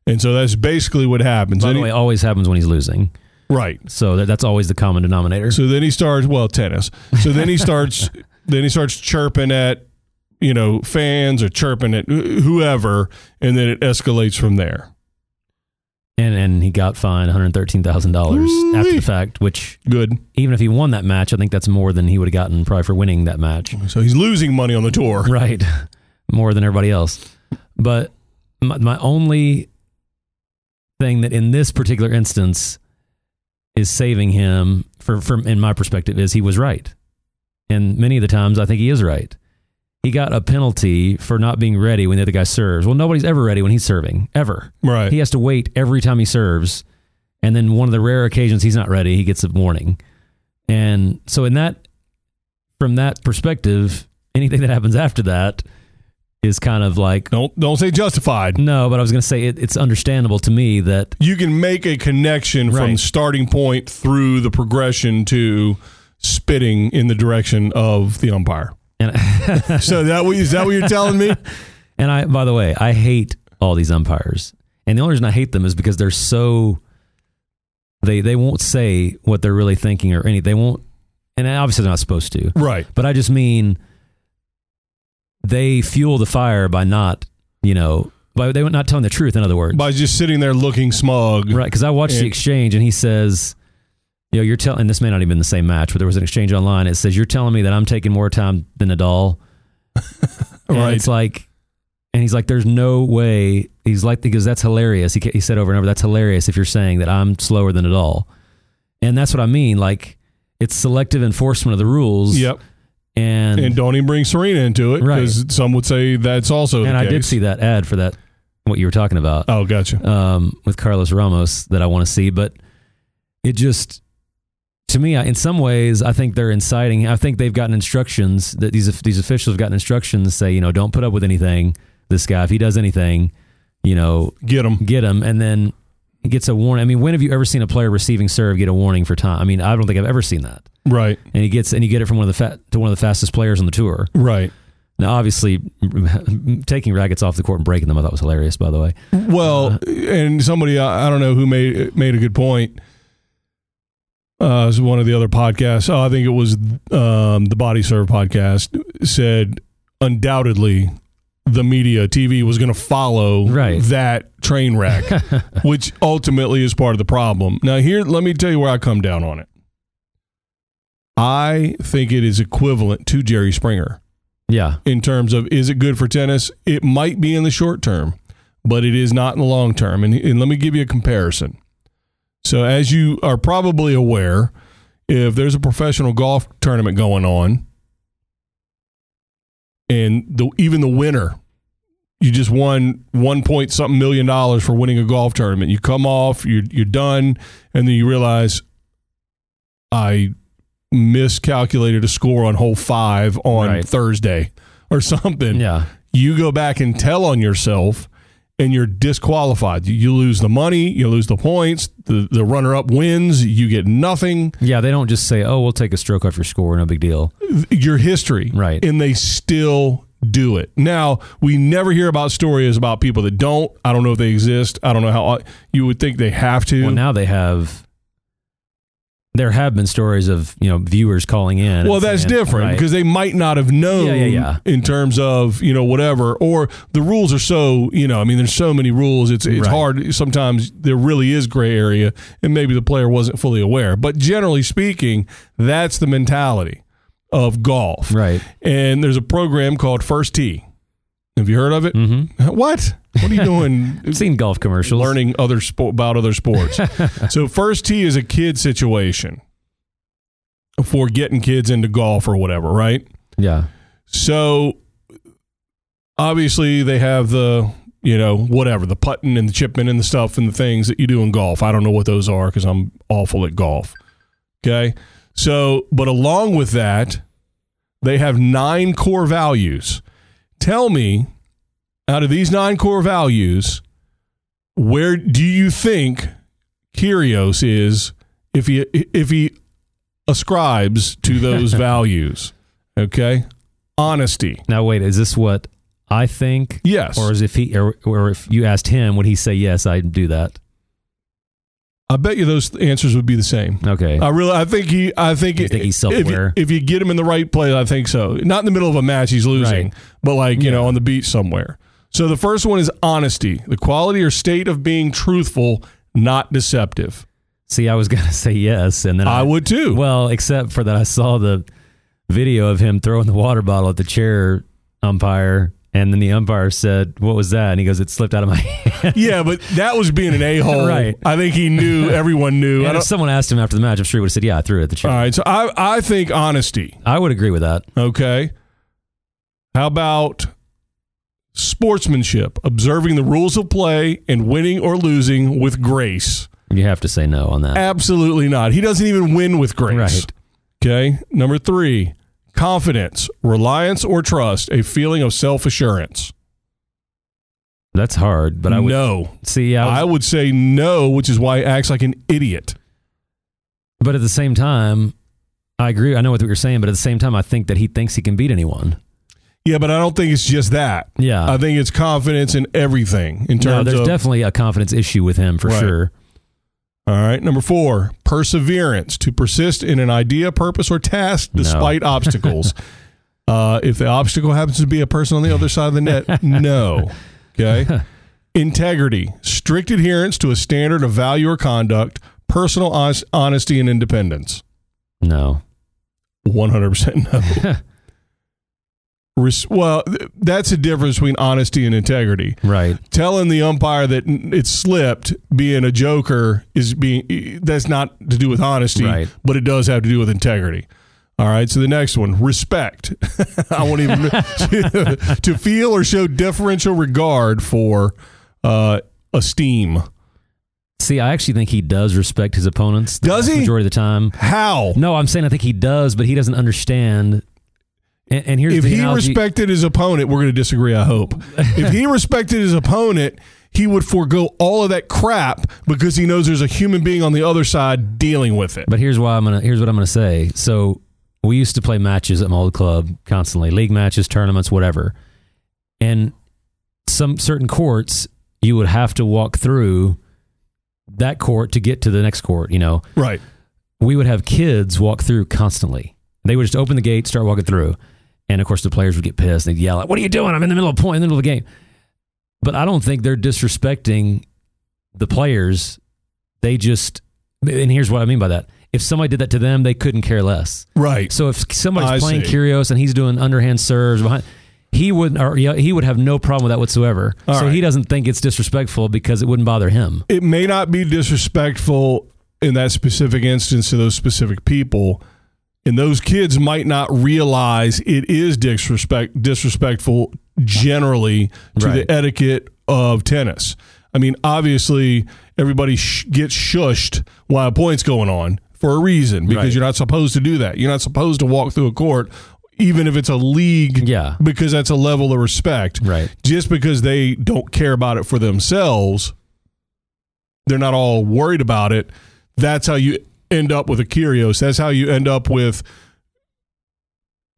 Speaker 2: And so that's basically what happens.
Speaker 3: By
Speaker 2: And
Speaker 3: the
Speaker 2: he-
Speaker 3: way, always happens when he's losing,
Speaker 2: right.
Speaker 3: so that, that's always the common denominator.
Speaker 2: So then he starts well tennis. So then he starts then he starts chirping at you know fans or chirping at wh- whoever, and then it escalates from there.
Speaker 3: and and he got fined one hundred thirteen thousand dollars after
Speaker 2: Woo-wee.
Speaker 3: the fact, which
Speaker 2: Good.
Speaker 3: even if he won that match, I think that's more than he would have gotten probably for winning that match.
Speaker 2: So he's losing money on the tour.
Speaker 3: right more than everybody else but my, my only thing that in this particular instance is saving him for from in my perspective is he was right and many of the times i think he is right he got a penalty for not being ready when the other guy serves well nobody's ever ready when he's serving ever
Speaker 2: Right.
Speaker 3: he has to wait every time he serves and then one of the rare occasions he's not ready he gets a warning and so in that from that perspective anything that happens after that is kind of like
Speaker 2: Don't don't say justified.
Speaker 3: no but i was going to say it, it's understandable to me that
Speaker 2: You can make a connection from
Speaker 3: Right.
Speaker 2: starting point through the progression to spitting in the direction of the umpire.
Speaker 3: and,
Speaker 2: So that what- is that what you're telling me?
Speaker 3: and i by the way i hate all these umpires and the only reason i hate them is because they're so they they won't say what they're really thinking or any they won't and obviously they're not supposed to
Speaker 2: Right.
Speaker 3: But I just mean they fuel the fire by not, you know, by they were not telling the truth. In other words,
Speaker 2: By just sitting there looking smug.
Speaker 3: right? Because I watched
Speaker 2: And-
Speaker 3: the exchange, and he says, "You know, you're telling." and This may not even be the same match, but there was an exchange online. It says, "You're telling me that I'm taking more time than Nadal." And
Speaker 2: Right.
Speaker 3: It's like, and he's like, "There's no way." He's like, because that's hilarious. He ca- he said over and over, "That's hilarious." If you're saying that I'm slower than Nadal, and that's what I mean. Like, it's selective enforcement of the rules.
Speaker 2: Yep.
Speaker 3: And
Speaker 2: And don't even bring Serena into it
Speaker 3: Right.
Speaker 2: because some would say that's also.
Speaker 3: and
Speaker 2: the
Speaker 3: I did
Speaker 2: case.
Speaker 3: see that ad for that what you were talking about
Speaker 2: Oh, gotcha.
Speaker 3: um, with Carlos Ramos that I want to see, but it just to me, I, in some ways, I think they're inciting. I think they've gotten instructions that these these officials have gotten instructions to say, you know, don't put up with anything. This guy, if he does anything, you know,
Speaker 2: Get him.
Speaker 3: get him, and then he gets a warning. I mean, when have you ever seen a player receiving serve get a warning for time? I mean, I don't think I've ever seen that.
Speaker 2: Right.
Speaker 3: And he gets and you get it from one of the fat to one of the fastest players on the tour.
Speaker 2: Right.
Speaker 3: Now, obviously, taking rackets off the court and breaking them, I thought was hilarious. By the way,
Speaker 2: Well, and somebody I, I don't know who made made a good point. Uh, it was one of the other podcasts. Oh, I think it was um, the Body Serve podcast said undoubtedly the media TV was going to follow
Speaker 3: Right.
Speaker 2: that train wreck, which ultimately is part of the problem. Now, here, let me tell you where I come down on it. I think it is equivalent to Jerry Springer
Speaker 3: yeah,
Speaker 2: in terms of is it good for tennis? It might be in the short term, but it is not in the long term. And, and let me give you a comparison. So, as you are probably aware, if there's a professional golf tournament going on, and the, even the winner, you just won one point something million dollars for winning a golf tournament. You come off, you're you're done, and then you realize I miscalculated a score on hole five on
Speaker 3: Right.
Speaker 2: Thursday or something
Speaker 3: yeah.
Speaker 2: you go back and tell on yourself and you're disqualified. You- You lose the money, you lose the points, the, the runner up wins, you get nothing.
Speaker 3: Yeah, they don't just say, "Oh, we'll take a stroke off your score, no big deal."
Speaker 2: Th- Your history.
Speaker 3: Right.
Speaker 2: And they still do it. Now, we never hear about stories about people that don't. I don't know if they exist. I don't know how you would think they have to.
Speaker 3: Well, now they have there have been stories of you know viewers calling in.
Speaker 2: Well,
Speaker 3: and
Speaker 2: that's
Speaker 3: saying-
Speaker 2: different
Speaker 3: right.
Speaker 2: because they might not have known
Speaker 3: Yeah, yeah, yeah.
Speaker 2: in terms of you know whatever, or the rules are so you know. I mean, there's so many rules. It's it's
Speaker 3: Right.
Speaker 2: hard sometimes. There really is gray area, and maybe the player wasn't fully aware. But generally speaking, that's the mentality of golf.
Speaker 3: right.
Speaker 2: And there's a program called First Tee. Have you heard of it?
Speaker 3: Mm-hmm.
Speaker 2: What? What are you doing?
Speaker 3: I've seen golf commercials.
Speaker 2: learning other sport about other sports. so first tee is a kid situation for getting kids into golf or whatever, right?
Speaker 3: Yeah.
Speaker 2: So obviously they have the you know whatever the putting and the chipping and the stuff and the things that you do in golf. I don't know what those are because I'm awful at golf. Okay, so but along with that, they have nine core values. Tell me, out of these nine core values, where do you think Kyrios is if he if he ascribes to those values? Okay, honesty.
Speaker 3: Now wait, is this what I think,
Speaker 2: Yes.
Speaker 3: or is if he, or, or if you asked him, would he say yes? I'd do that.
Speaker 2: I bet you those answers would be the same.
Speaker 3: Okay.
Speaker 2: I really, I think he, I think,
Speaker 3: You think he's
Speaker 2: if you-
Speaker 3: self-aware?
Speaker 2: If you, get him in the right place, I think so. Not in the middle of a match, he's losing,
Speaker 3: Right.
Speaker 2: but like you
Speaker 3: Yeah.
Speaker 2: know, on the beach somewhere. So the first one is honesty, the quality or state of being truthful, not deceptive.
Speaker 3: See, I was gonna say yes, and then
Speaker 2: I would too.
Speaker 3: Well, except for that, I saw the video of him throwing the water bottle at the chair umpire, and then the umpire said, "What was that?" And he goes, "It slipped out of my hand."
Speaker 2: yeah, but that was being an a hole.
Speaker 3: Right.
Speaker 2: I think he knew. Everyone knew. I
Speaker 3: And if
Speaker 2: don't-
Speaker 3: someone asked him after the match, I'm sure he would have said, "Yeah, I threw it at the chair."
Speaker 2: all right. So I, I think honesty.
Speaker 3: I would agree with that.
Speaker 2: Okay. How about sportsmanship, observing the rules of play and winning or losing with grace?
Speaker 3: You have to say no on that.
Speaker 2: Absolutely not. He doesn't even win with grace.
Speaker 3: Right.
Speaker 2: Okay. Number three, confidence, reliance, or trust, a feeling of self assurance.
Speaker 3: That's hard, but I would
Speaker 2: no.
Speaker 3: see. I was-
Speaker 2: I would say no, which is why he acts like an idiot.
Speaker 3: but at the same time, I agree. I know what you're saying, but at the same time, I think that he thinks he can beat anyone.
Speaker 2: Yeah, but I don't think it's just that.
Speaker 3: Yeah.
Speaker 2: I think it's confidence in everything in
Speaker 3: no,
Speaker 2: terms
Speaker 3: there's
Speaker 2: of
Speaker 3: definitely a confidence issue with him for
Speaker 2: Right.
Speaker 3: sure.
Speaker 2: All right. Number four, perseverance to persist in an idea, purpose, or task
Speaker 3: No.
Speaker 2: despite obstacles. Uh, if the obstacle happens to be a person on the other side of the net, no. Okay. Integrity, strict adherence to a standard of value or conduct, personal hon- honesty and independence.
Speaker 3: No,
Speaker 2: 100% no. Res- well, th- that's the difference between honesty and integrity
Speaker 3: right?
Speaker 2: telling the umpire that it slipped being a joker is being e, that's not to do with honesty
Speaker 3: Right.
Speaker 2: but it does have to do with integrity all right so the next one respect i won't even to feel or show deferential regard for uh esteem
Speaker 3: See, I actually think he does respect his opponents. the
Speaker 2: Does
Speaker 3: vast
Speaker 2: he?
Speaker 3: Majority of the time.
Speaker 2: how
Speaker 3: No, I'm saying I think he does, but he doesn't understand. And, and here's
Speaker 2: if
Speaker 3: the
Speaker 2: he
Speaker 3: analogy-
Speaker 2: respected his opponent we're going to disagree i hope if he respected his opponent he would forego all of that crap because he knows there's a human being on the other side dealing with it
Speaker 3: But here's why I'm gonna. Here's what I'm gonna say. So we used to play matches at my old club constantly, league matches, tournaments, whatever. And some certain courts, you would have to walk through that court to get to the next court. You know,
Speaker 2: right
Speaker 3: we would have kids walk through constantly. They would just open the gate, start walking through, and of course the players would get pissed. They'd yell out, "What are you doing? I'm in the middle of a point, in the middle of the game." But I don't think they're disrespecting the players. They just, and here's what I mean by that: if somebody did that to them, they couldn't care less.
Speaker 2: right
Speaker 3: So if somebody's
Speaker 2: I
Speaker 3: playing
Speaker 2: see.
Speaker 3: Curios and he's doing underhand serves behind. He would, or yeah, he would have no problem with that whatsoever.
Speaker 2: All
Speaker 3: so
Speaker 2: right.
Speaker 3: he doesn't think it's disrespectful because it wouldn't bother him.
Speaker 2: it may not be disrespectful in that specific instance to those specific people and those kids might not realize it is disrespect disrespectful generally to
Speaker 3: Right.
Speaker 2: the etiquette of tennis i mean obviously everybody sh- gets shushed while a point's going on for a reason because
Speaker 3: Right.
Speaker 2: you're not supposed to do that you're not supposed to walk through a court even if it's a league
Speaker 3: Yeah.
Speaker 2: because that's a level of respect
Speaker 3: Right.
Speaker 2: just because they don't care about it for themselves, they're not all worried about it. That's how you end up with a Curios. That's how you end up with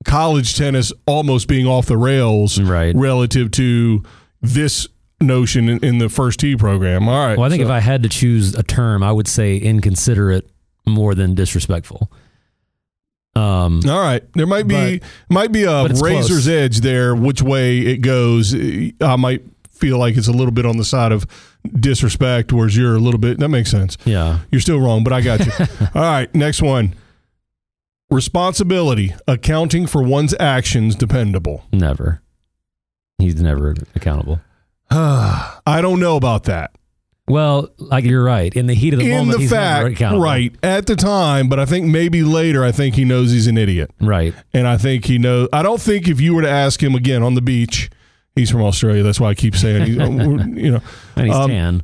Speaker 2: college tennis almost being off the rails
Speaker 3: Right.
Speaker 2: relative to this notion in, in the first tee program. All right.
Speaker 3: Well, I think if I had to choose a term, I would say inconsiderate more than disrespectful. Um,
Speaker 2: All right, there might be might be a
Speaker 3: but it's
Speaker 2: razor's
Speaker 3: close.
Speaker 2: edge there. Which way it goes, I might feel like it's a little bit on the side of disrespect, whereas you're a little bit. That makes sense.
Speaker 3: yeah.
Speaker 2: You're still wrong, but I got you. All right, next one. Responsibility: accounting for one's actions, dependable.
Speaker 3: Never. He's never accountable.
Speaker 2: I don't know about that.
Speaker 3: Well, like you're right. In the heat of the
Speaker 2: In
Speaker 3: moment,
Speaker 2: the
Speaker 3: he's never
Speaker 2: fact,
Speaker 3: accountable.
Speaker 2: right at the time, but I think maybe later. I think he knows he's an idiot.
Speaker 3: Right.
Speaker 2: and I think he knows. I don't think if you were to ask him again on the beach, he's from Australia. That's why I keep saying, he, uh, you know,
Speaker 3: And he's
Speaker 2: Um,
Speaker 3: tan.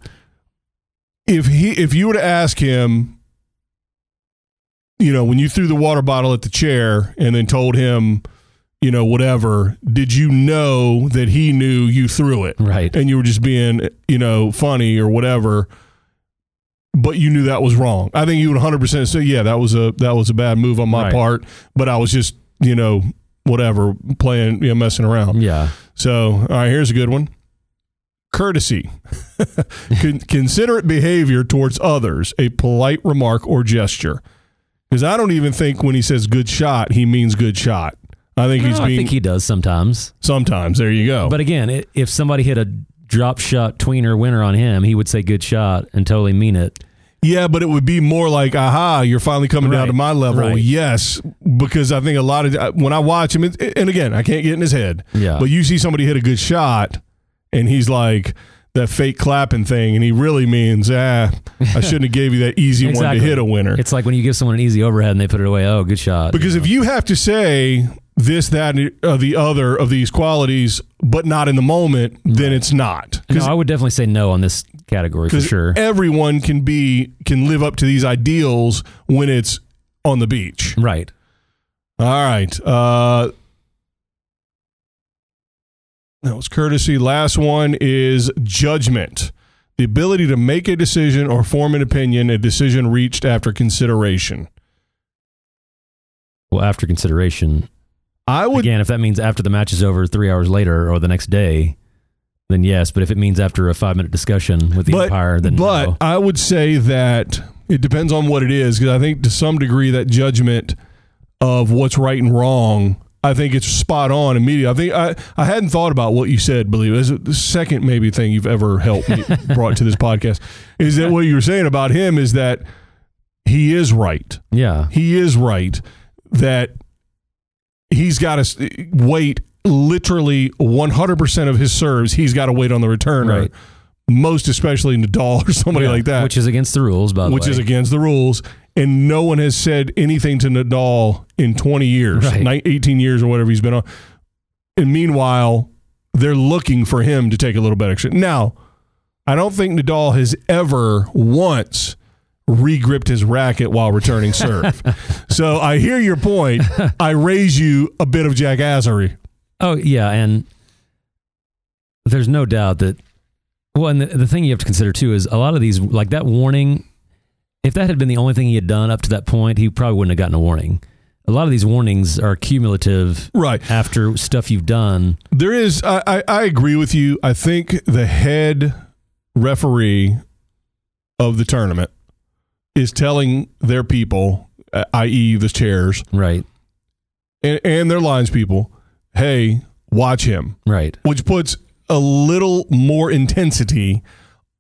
Speaker 2: if he if you were to ask him, you know, when you threw the water bottle at the chair and then told him, you know, whatever, did you know that he knew you threw it
Speaker 3: Right.
Speaker 2: and you were just being, you know, funny or whatever? But you knew that was wrong. I think you would 100 percent say, yeah, that was a that was a bad move on my
Speaker 3: Right.
Speaker 2: part. But I was just, you know, whatever, playing, you know, messing around.
Speaker 3: Yeah.
Speaker 2: So, all right, here's a good one. Courtesy. Con- considerate behavior towards others, a polite remark or gesture. Because I don't even think when he says good shot, he means good shot. I think he's
Speaker 3: No, I
Speaker 2: being Oh.
Speaker 3: think he does sometimes.
Speaker 2: sometimes. There you go.
Speaker 3: But again, i if somebody hit a drop shot tweener winner on him, he would say good shot and totally mean it.
Speaker 2: yeah, but it would be more like, aha, you're finally coming down
Speaker 3: Right,
Speaker 2: to my level.
Speaker 3: right.
Speaker 2: Yes. Because I think a lot of, uh, when I watch him, it- and again, I can't get in his head,
Speaker 3: Yeah.
Speaker 2: but you see somebody hit a good shot and he's like that fake clapping thing and he really means ah i shouldn't have gave you that easy one
Speaker 3: Exactly.
Speaker 2: to hit a winner
Speaker 3: It's like when you give someone an easy overhead and they put it away. Oh, good shot.
Speaker 2: because if you have to say this that and uh, the other of these qualities but not in the moment then it's not
Speaker 3: no,
Speaker 2: because
Speaker 3: I would definitely say no on this category for sure.
Speaker 2: e-, everyone can be can live up to these ideals when it's on the beach
Speaker 3: right.
Speaker 2: all right uh that was courtesy last one is judgment the ability to make a decision or form an opinion a decision reached after consideration
Speaker 3: Well, after consideration,
Speaker 2: i would
Speaker 3: again, if that means after the match is over three hours later or the next day, then yes. But if it means after a five minute discussion with the umpire, then
Speaker 2: but
Speaker 3: no.
Speaker 2: I would say that it depends on what it is because I think to some degree that judgment of what's right and wrong, I think it's spot on immediately. I think I, I hadn't thought about what you said. Believe it. It's the second maybe thing you've ever helped me brought to this podcast is that what you were saying about him is that he is right.
Speaker 3: yeah,
Speaker 2: He is right that he's got to wait literally 100% of his serves. He's got to wait on the returner
Speaker 3: Right.
Speaker 2: most especially Nadal or somebody
Speaker 3: Yeah.
Speaker 2: like that,
Speaker 3: which is against the rules, by the
Speaker 2: which
Speaker 3: way.
Speaker 2: is against the rules. And no one has said anything to Nadal in 20 years,
Speaker 3: Right.
Speaker 2: ni- 18 years or whatever he's been on. And meanwhile, they're looking for him to take a little bit extra. Now, I don't think Nadal has ever once regripped his racket while returning serve. so I hear your point. I raise you a bit of jackassery.
Speaker 3: Oh yeah, and there's no doubt that. Well, and the, the thing you have to consider too is a lot of these, like that warning. If that had been the only thing he had done up to that point, he probably wouldn't have gotten a warning. A lot of these warnings are cumulative
Speaker 2: Right.
Speaker 3: after stuff you've done.
Speaker 2: There is. I, I, I agree with you. I think the head referee of the tournament is telling their people, uh, i.e., the chairs
Speaker 3: Right,
Speaker 2: and, and their lines people, hey, watch him,
Speaker 3: right,
Speaker 2: which puts a little more intensity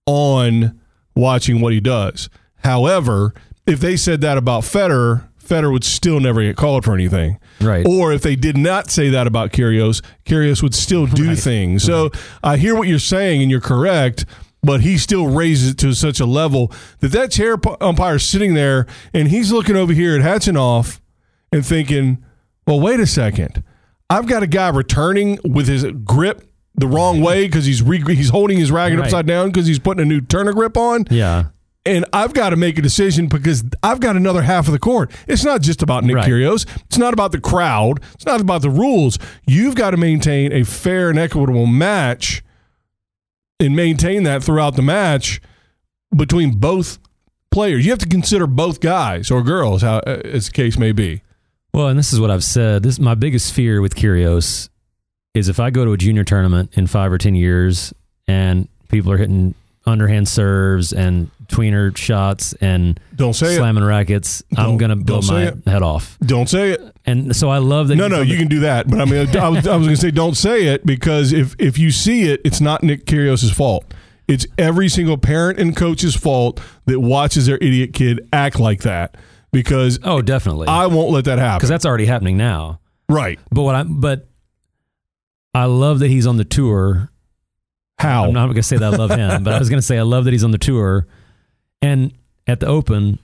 Speaker 2: on watching what he does. However, if they said that about Federer, Federer would still never get called for anything.
Speaker 3: right.
Speaker 2: Or if they did not say that about Curios, Curios would still do
Speaker 3: Right.
Speaker 2: things. So I hear what you're saying, and you're correct. But he still raises it to such a level that that chair p- umpire is sitting there, and he's looking over here at Hatchinoff and thinking, "Well, wait a second, I've got a guy returning with his grip." The wrong way because he's re- he's holding his racket
Speaker 3: Right.
Speaker 2: upside down because he's putting a new turner grip on,
Speaker 3: yeah,
Speaker 2: and I've got to make a decision because I've got another half of the court. It's not just about Nick
Speaker 3: Right.
Speaker 2: Kyrgios. It's not about the crowd. It's not about the rules. You've got to maintain a fair and equitable match and maintain that throughout the match between both players. You have to consider both guys or girls, how, uh, as the case may be.
Speaker 3: Well, and this is what I've said. This my biggest fear with Curios is if I go to a junior tournament in five or ten years and people are hitting underhand serves and tweener shots and
Speaker 2: Don't say it.
Speaker 3: slamming rackets, I'm
Speaker 2: Don't-
Speaker 3: gonna
Speaker 2: don't
Speaker 3: blow
Speaker 2: say
Speaker 3: my
Speaker 2: it.
Speaker 3: head off.
Speaker 2: Don't say it.
Speaker 3: And so I love that.
Speaker 2: No, no, you can do that. But I mean, I was, I was going to say, don't say it because if if you see it, it's not Nick Kyrgios's fault. It's every single parent and coach's fault that watches their idiot kid act like that because
Speaker 3: Oh, definitely,
Speaker 2: I won't let that happen.
Speaker 3: because that's already happening now.
Speaker 2: right?
Speaker 3: But what I but I love that he's on the tour.
Speaker 2: How?
Speaker 3: I'm not gonna say that I love him, but I was gonna say I love that he's on the tour. And at the Open,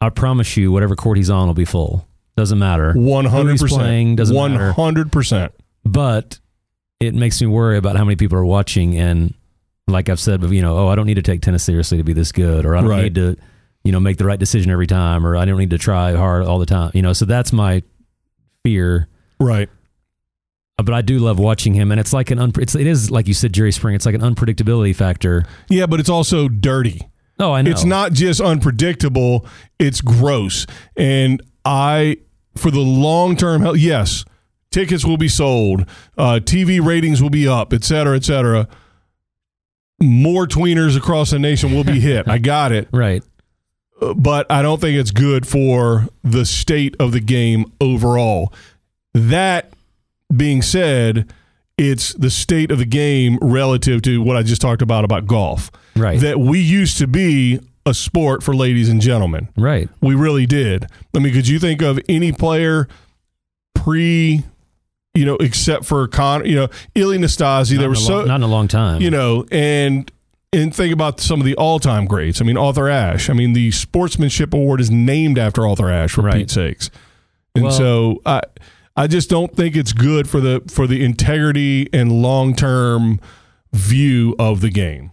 Speaker 3: I promise you, whatever court he's on will be full. Doesn't matter.
Speaker 2: One hundred
Speaker 3: playing,
Speaker 2: percent.
Speaker 3: doesn't
Speaker 2: One
Speaker 3: matter.
Speaker 2: hundred percent.
Speaker 3: but it makes me worry about how many people are watching and like i've said you know oh i don't need to take tennis seriously to be this good or i don't
Speaker 2: Right.
Speaker 3: need to you know make the right decision every time or i don't need to try hard all the time you know so that's my fear
Speaker 2: Right.
Speaker 3: Uh, but i do love watching him and it's like an un- it's, it is like you said jerry spring it's like an unpredictability factor
Speaker 2: Yeah, but it's also dirty.
Speaker 3: oh i know
Speaker 2: It's not just unpredictable, it's gross. And I, for the long term, hel- yes, tickets will be sold, uh, TV ratings will be up, et cetera, et cetera. More tweeners across the nation will be hit. I got it.
Speaker 3: right
Speaker 2: Uh, But I don't think it's good for the state of the game overall. That being said, it's the state of the game relative to what I just talked about about golf
Speaker 3: right
Speaker 2: that we used to be a sport for ladies and gentlemen.
Speaker 3: right
Speaker 2: We really did. I mean, could you think of any player pre, you know, except for Con, you know, Ili Nastasi?
Speaker 3: not,
Speaker 2: There
Speaker 3: in
Speaker 2: were
Speaker 3: a
Speaker 2: so,
Speaker 3: long, not in a long time
Speaker 2: you know, and and think about some of the all-time greats. I mean, Arthur Ashe. I mean, the Sportsmanship Award is named after Arthur Ashe for
Speaker 3: Right.
Speaker 2: Pete's sakes. And
Speaker 3: Well-
Speaker 2: so I I just don't think it's good for the for the integrity and long-term view of the game.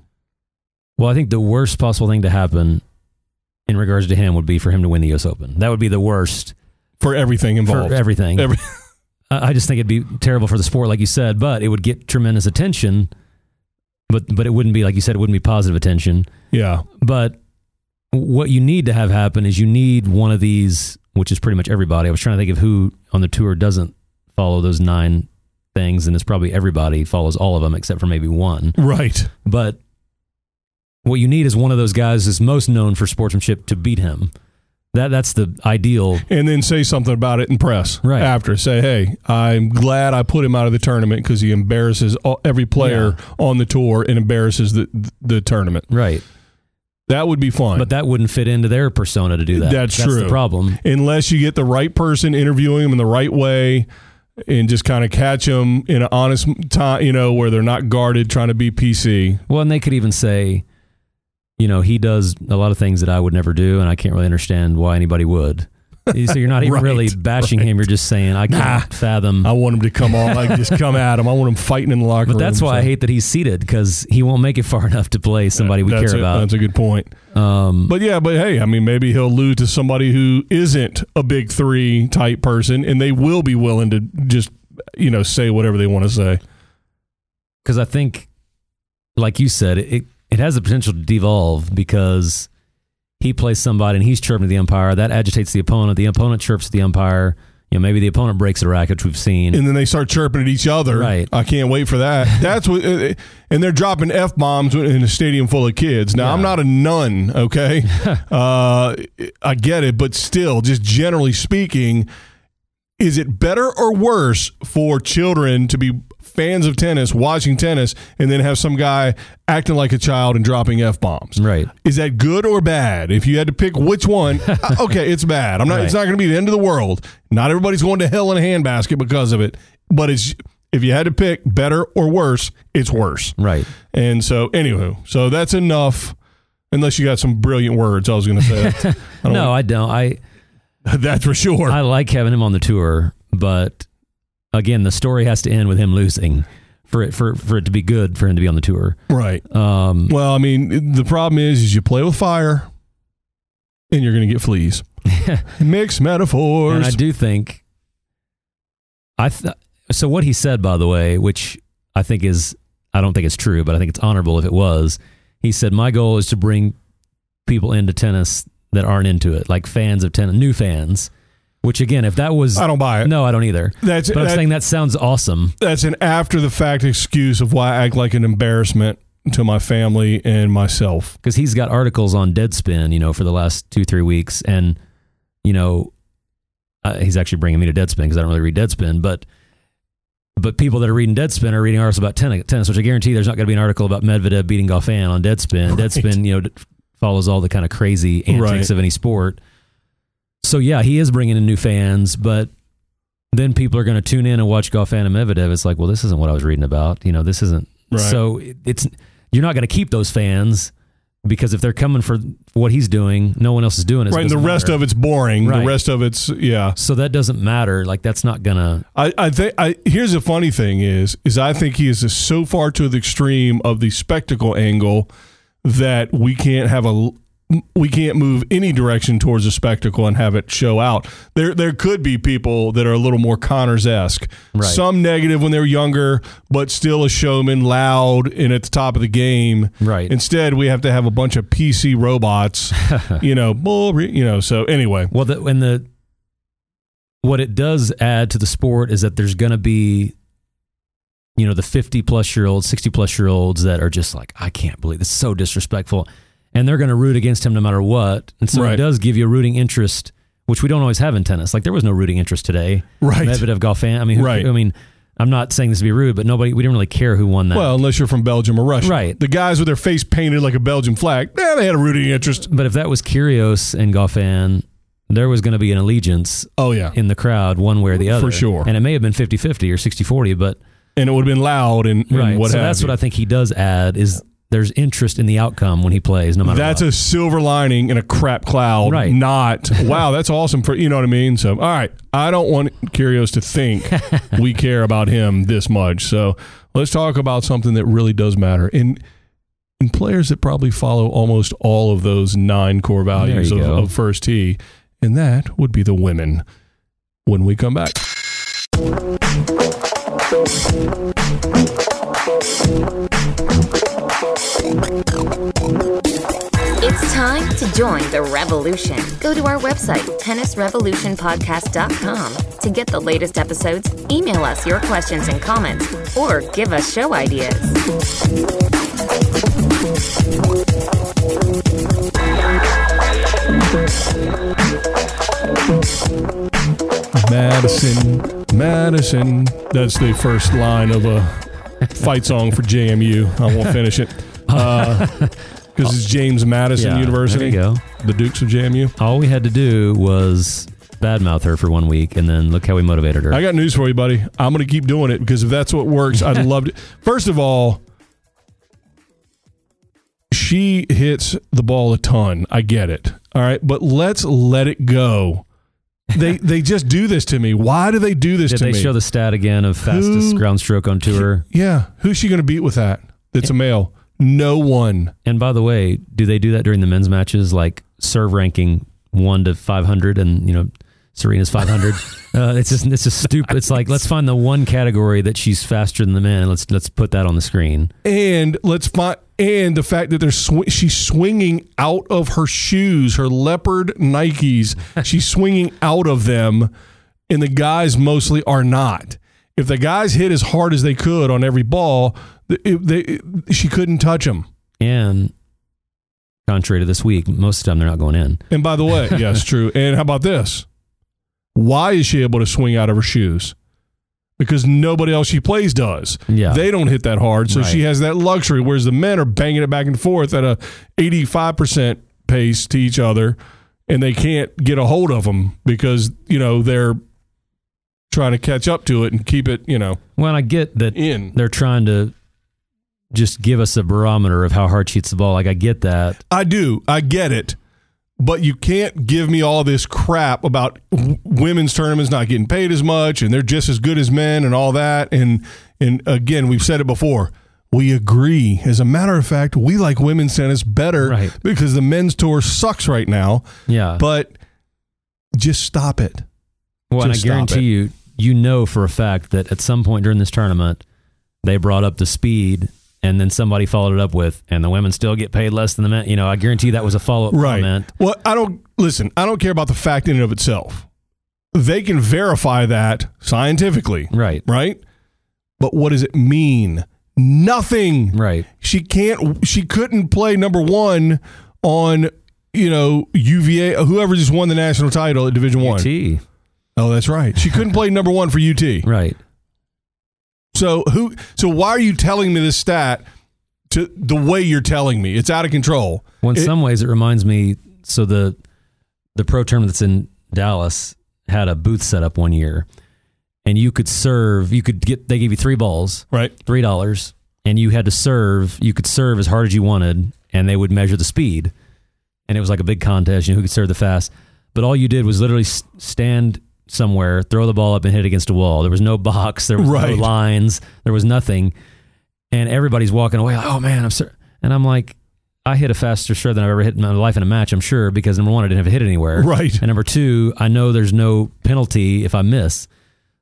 Speaker 3: Well, I think the worst possible thing to happen in regards to him would be for him to win the U.S. Open. That would be the worst
Speaker 2: For everything involved.
Speaker 3: for everything.
Speaker 2: Every-
Speaker 3: I I just think it'd be terrible for the sport, like you said, but it would get tremendous attention. But but it wouldn't be like you said; it wouldn't be positive attention.
Speaker 2: yeah.
Speaker 3: But what you need to have happen is you need one of these, which is pretty much everybody. I was trying to think of who on the tour doesn't follow those nine things, and it's probably everybody follows all of them except for maybe one.
Speaker 2: Right.
Speaker 3: But what you need is one of those guys who's most known for sportsmanship to beat him. That that's the ideal.
Speaker 2: And then say something about it in press
Speaker 3: Right.
Speaker 2: after. Say, hey, I'm glad I put him out of the tournament because he embarrasses all, every player on the tour and embarrasses the, the tournament.
Speaker 3: Right.
Speaker 2: That would be fun.
Speaker 3: But that wouldn't fit into their persona to do that.
Speaker 2: That's
Speaker 3: That's the
Speaker 2: true.
Speaker 3: problem.
Speaker 2: Unless you get the right person interviewing him in the right way and just kind of catch them in an honest time, you know, where they're not guarded trying to be PC.
Speaker 3: Well, and they could even say, you know, he does a lot of things that I would never do, and I can't really understand why anybody would. So you're not even
Speaker 2: Right,
Speaker 3: really bashing him. You're just saying I can't fathom.
Speaker 2: I want him to come on, like just come at him. I want him fighting in the locker
Speaker 3: but
Speaker 2: room.
Speaker 3: that's why I
Speaker 2: So
Speaker 3: hate that he's seated because he won't make it far enough to play somebody we
Speaker 2: that's
Speaker 3: care
Speaker 2: a-
Speaker 3: about.
Speaker 2: That's a good point.
Speaker 3: Um,
Speaker 2: But yeah, but hey, I mean, maybe he'll lose to somebody who isn't a big three type person, and they will be willing to just you know say whatever they want to say.
Speaker 3: because I think, like you said, it it has the potential to devolve because he plays somebody and he's chirping to the umpire. That agitates the opponent. The opponent chirps at the umpire. You know, maybe the opponent breaks a racket, which we've seen.
Speaker 2: And then they start chirping at each other.
Speaker 3: Right.
Speaker 2: I can't wait for that. That's what. uh, And they're dropping f bombs in a stadium full of kids. Now I'm
Speaker 3: Yeah.
Speaker 2: not a nun, okay? uh, I get it, but still, just generally speaking, is it better or worse for children to be fans of tennis, watching tennis, and then have some guy acting like a child and dropping f bombs?
Speaker 3: right.
Speaker 2: Is that good or bad? If you had to pick which one, uh, okay, it's bad. I'm not. It's not
Speaker 3: Right.
Speaker 2: going to be the end of the world. Not everybody's going to hell in a handbasket because of it. But it's if you had to pick better or worse, it's worse.
Speaker 3: Right.
Speaker 2: And so, anywho, so that's enough. Unless you got some brilliant words, I was going to say I don't-
Speaker 3: No, I don't. I
Speaker 2: that's for sure.
Speaker 3: I like having him on the tour, but again, the story has to end with him losing for it for for it to be good for him to be on the tour.
Speaker 2: right.
Speaker 3: Um,
Speaker 2: Well, I mean, the problem is, is you play with fire, and you're going to get fleas. Mixed metaphors.
Speaker 3: And I do think I th- so what he said by the way, which I think is I don't think it's true, but I think it's honorable if it was. He said my goal is to bring people into tennis that aren't into it, like fans of tennis, new fans. Which again, if that was
Speaker 2: I don't buy it.
Speaker 3: no, I don't either.
Speaker 2: That's
Speaker 3: But I'm
Speaker 2: that-
Speaker 3: saying that sounds awesome.
Speaker 2: that's an after the fact excuse of why I act like an embarrassment to my family and myself.
Speaker 3: because he's got articles on Deadspin, you know, for the last two three weeks, and you know, uh, he's actually bringing me to Deadspin because I don't really read Deadspin, but but people that are reading Deadspin are reading articles about tennis, tennis which I guarantee there's not going to be an article about Medvedev beating Goffin on Deadspin.
Speaker 2: Right.
Speaker 3: Deadspin, you know, d- follows all the kind of crazy antics
Speaker 2: Right.
Speaker 3: of any sport. So yeah, he is bringing in new fans, but then people are going to tune in and watch Goffin and Medvedev. It's like, well, this isn't what I was reading about. You know, this isn't.
Speaker 2: Right.
Speaker 3: So it- it's you're not going to keep those fans because if they're coming for what he's doing, no one else is doing it. so
Speaker 2: right.
Speaker 3: it
Speaker 2: And the
Speaker 3: doesn't
Speaker 2: rest
Speaker 3: matter.
Speaker 2: of it's boring.
Speaker 3: Right.
Speaker 2: The rest of it's, yeah.
Speaker 3: So that doesn't matter. Like that's not gonna.
Speaker 2: I, I think I here's the funny thing is is I think he is so far to the extreme of the spectacle angle that we can't have a we can't move any direction towards a spectacle and have it show out. There there could be people that are a little more Connors esque.
Speaker 3: Right.
Speaker 2: Some negative when they're younger, but still a showman, loud and at the top of the game.
Speaker 3: Right.
Speaker 2: Instead, we have to have a bunch of PC robots, you know, boring, you know. So anyway,
Speaker 3: Well, the, and the what it does add to the sport is that there's gonna be, you know, the 50 plus year olds, 60 plus year olds that are just like, I can't believe this is so disrespectful, and they're gonna root against him no matter what. And so
Speaker 2: Right.
Speaker 3: it does give you a rooting interest, which we don't always have in tennis. Like there was no rooting interest today.
Speaker 2: right.
Speaker 3: Medvedev, Goffin. I mean, who,
Speaker 2: Right.
Speaker 3: I mean, I'm not saying this to be rude, but nobody, we didn't really care who won that.
Speaker 2: Well, unless you're from Belgium or Russia.
Speaker 3: Right.
Speaker 2: The guys with their face painted like a Belgian flag, eh, they had a rooting interest.
Speaker 3: but if that was Kyrgios and Goffin, there was going to be an allegiance
Speaker 2: Oh, yeah.
Speaker 3: in the crowd, one way or the other,
Speaker 2: For sure.
Speaker 3: And it may have been 50-50 or 60-40, but
Speaker 2: And it would have been loud and, and
Speaker 3: right.
Speaker 2: what
Speaker 3: so
Speaker 2: have
Speaker 3: that's
Speaker 2: you.
Speaker 3: what I think he does add is there's interest in the outcome when he plays, no matter.
Speaker 2: That's
Speaker 3: what.
Speaker 2: a silver lining in a crap cloud.
Speaker 3: Right.
Speaker 2: Not, wow, that's awesome for, you know what I mean? So, all right. I don't want Curios to think we care about him this much. So let's talk about something that really does matter. And, and players that probably follow almost all of those nine core values
Speaker 3: you
Speaker 2: of,
Speaker 3: go.
Speaker 2: of first tee. And that would be the women when we come back.
Speaker 1: It's time to join the revolution. Go to our website, tennisrevolutionpodcast.com, to get the latest episodes, email us your questions and comments, or give us show ideas.
Speaker 2: Madison, Madison. That's the first line of a fight song for JMU. I won't finish it because it's James Madison
Speaker 3: Yeah,
Speaker 2: University,
Speaker 3: There you go.
Speaker 2: the Dukes of JMU.
Speaker 3: All we had to do was badmouth her for one week, and then look how we motivated her.
Speaker 2: I got news for you, buddy. I'm going to keep doing it because if that's what works, I'd love it. First of all, she hits the ball a ton. I get it. All right, but let's let it go. They they just do this to me. Why do they do this
Speaker 3: Did
Speaker 2: to
Speaker 3: they
Speaker 2: me?
Speaker 3: show the stat again of fastest ground stroke on tour?
Speaker 2: Yeah. Who's she going to beat with that? That's a male. No one.
Speaker 3: And by the way, do they do that during the men's matches, like serve ranking one to five hundred, and you know Serena's five hundred? uh, it's just it's just stupid. It's like let's find the one category that she's faster than the men. Let's let's put that on the screen.
Speaker 2: And let's find. And the fact that they're sw- she's swinging out of her shoes, her leopard Nikes. She's swinging out of them, and the guys mostly are not. If the guys hit as hard as they could on every ball, th- it, they, it- she couldn't touch them.
Speaker 3: And contrary to this week, most of the time they're not going in.
Speaker 2: And by the way, yes, true. And how about this? Why is she able to swing out of her shoes? Because nobody else she plays does.
Speaker 3: Yeah.
Speaker 2: They don't hit that hard, so she
Speaker 3: Right.
Speaker 2: has that luxury. Whereas the men are banging it back and forth at a eighty-five percent pace to each other, and they can't get a hold of them because you know they're trying to catch up to it and keep it you know
Speaker 3: Well, and I get that
Speaker 2: in.
Speaker 3: they're trying to just give us a barometer of how hard she hits the ball. Like I get that.
Speaker 2: I do, I get it, but you can't give me all this crap about w- women's tournaments not getting paid as much and they're just as good as men and all that. And and again, we've said it before. We agree. As a matter of fact, we like women's tennis better
Speaker 3: Right.
Speaker 2: because the men's tour sucks right now.
Speaker 3: Yeah.
Speaker 2: But just stop it.
Speaker 3: Well, and I
Speaker 2: Just stop
Speaker 3: guarantee
Speaker 2: it.
Speaker 3: you, you know for a fact that at some point during this tournament, they brought up the speed, and then somebody followed it up with, "And the women still get paid less than the men." You know, I guarantee you that was a follow up comment.
Speaker 2: Well, I don't listen. I don't care about the fact in and of itself. They can verify that scientifically.
Speaker 3: Right.
Speaker 2: right? But what does it mean? nothing.
Speaker 3: Right.
Speaker 2: She can't. She couldn't play number one on you know UVA whoever just won the national title at Division One.
Speaker 3: T.
Speaker 2: Oh, that's right. She couldn't play number one for UT.
Speaker 3: Right.
Speaker 2: So who? So why are you telling me this stat? To the way you're telling me, it's out of control.
Speaker 3: Well, in
Speaker 2: It-
Speaker 3: some ways, it reminds me. So the the pro tournament that's in Dallas had a booth set up one year, and you could serve. You could get. They gave you three balls,
Speaker 2: Right.
Speaker 3: three dollars, and you had to serve. You could serve as hard as you wanted, and they would measure the speed. And it was like a big contest. You know who could serve the fast. But all you did was literally s- stand somewhere, throw the ball up, and hit it against a wall. There was no box. There was
Speaker 2: Right.
Speaker 3: no lines. There was nothing. And everybody's walking away. Like, oh man, I'm. Ser-. And I'm like, I hit a faster serve than I've ever hit in my life in a match. I'm sure because number one, I didn't have hit anywhere.
Speaker 2: Right.
Speaker 3: And number two, I know there's no penalty if I miss.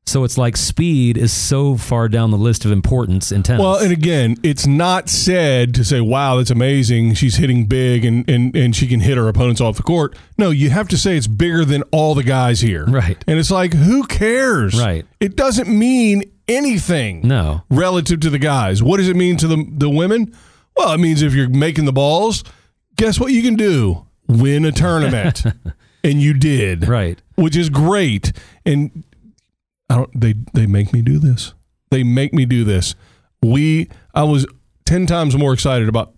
Speaker 3: So it's like speed is so far down the list of importance in tennis.
Speaker 2: Well, and again, it's not said to say, "Wow, that's amazing. She's hitting big, and and and she can hit her opponents off the court." No, you have to say it's bigger than all the guys here,
Speaker 3: Right.
Speaker 2: And it's like, who cares?
Speaker 3: Right.
Speaker 2: It doesn't mean anything
Speaker 3: no.
Speaker 2: relative to the guys. What does it mean to the the women? Well, it means if you're making the balls, guess what you can do? Win a tournament, and you did,
Speaker 3: Right.
Speaker 2: which is great. And I don't they they make me do this. They make me do this. We I was ten times more excited about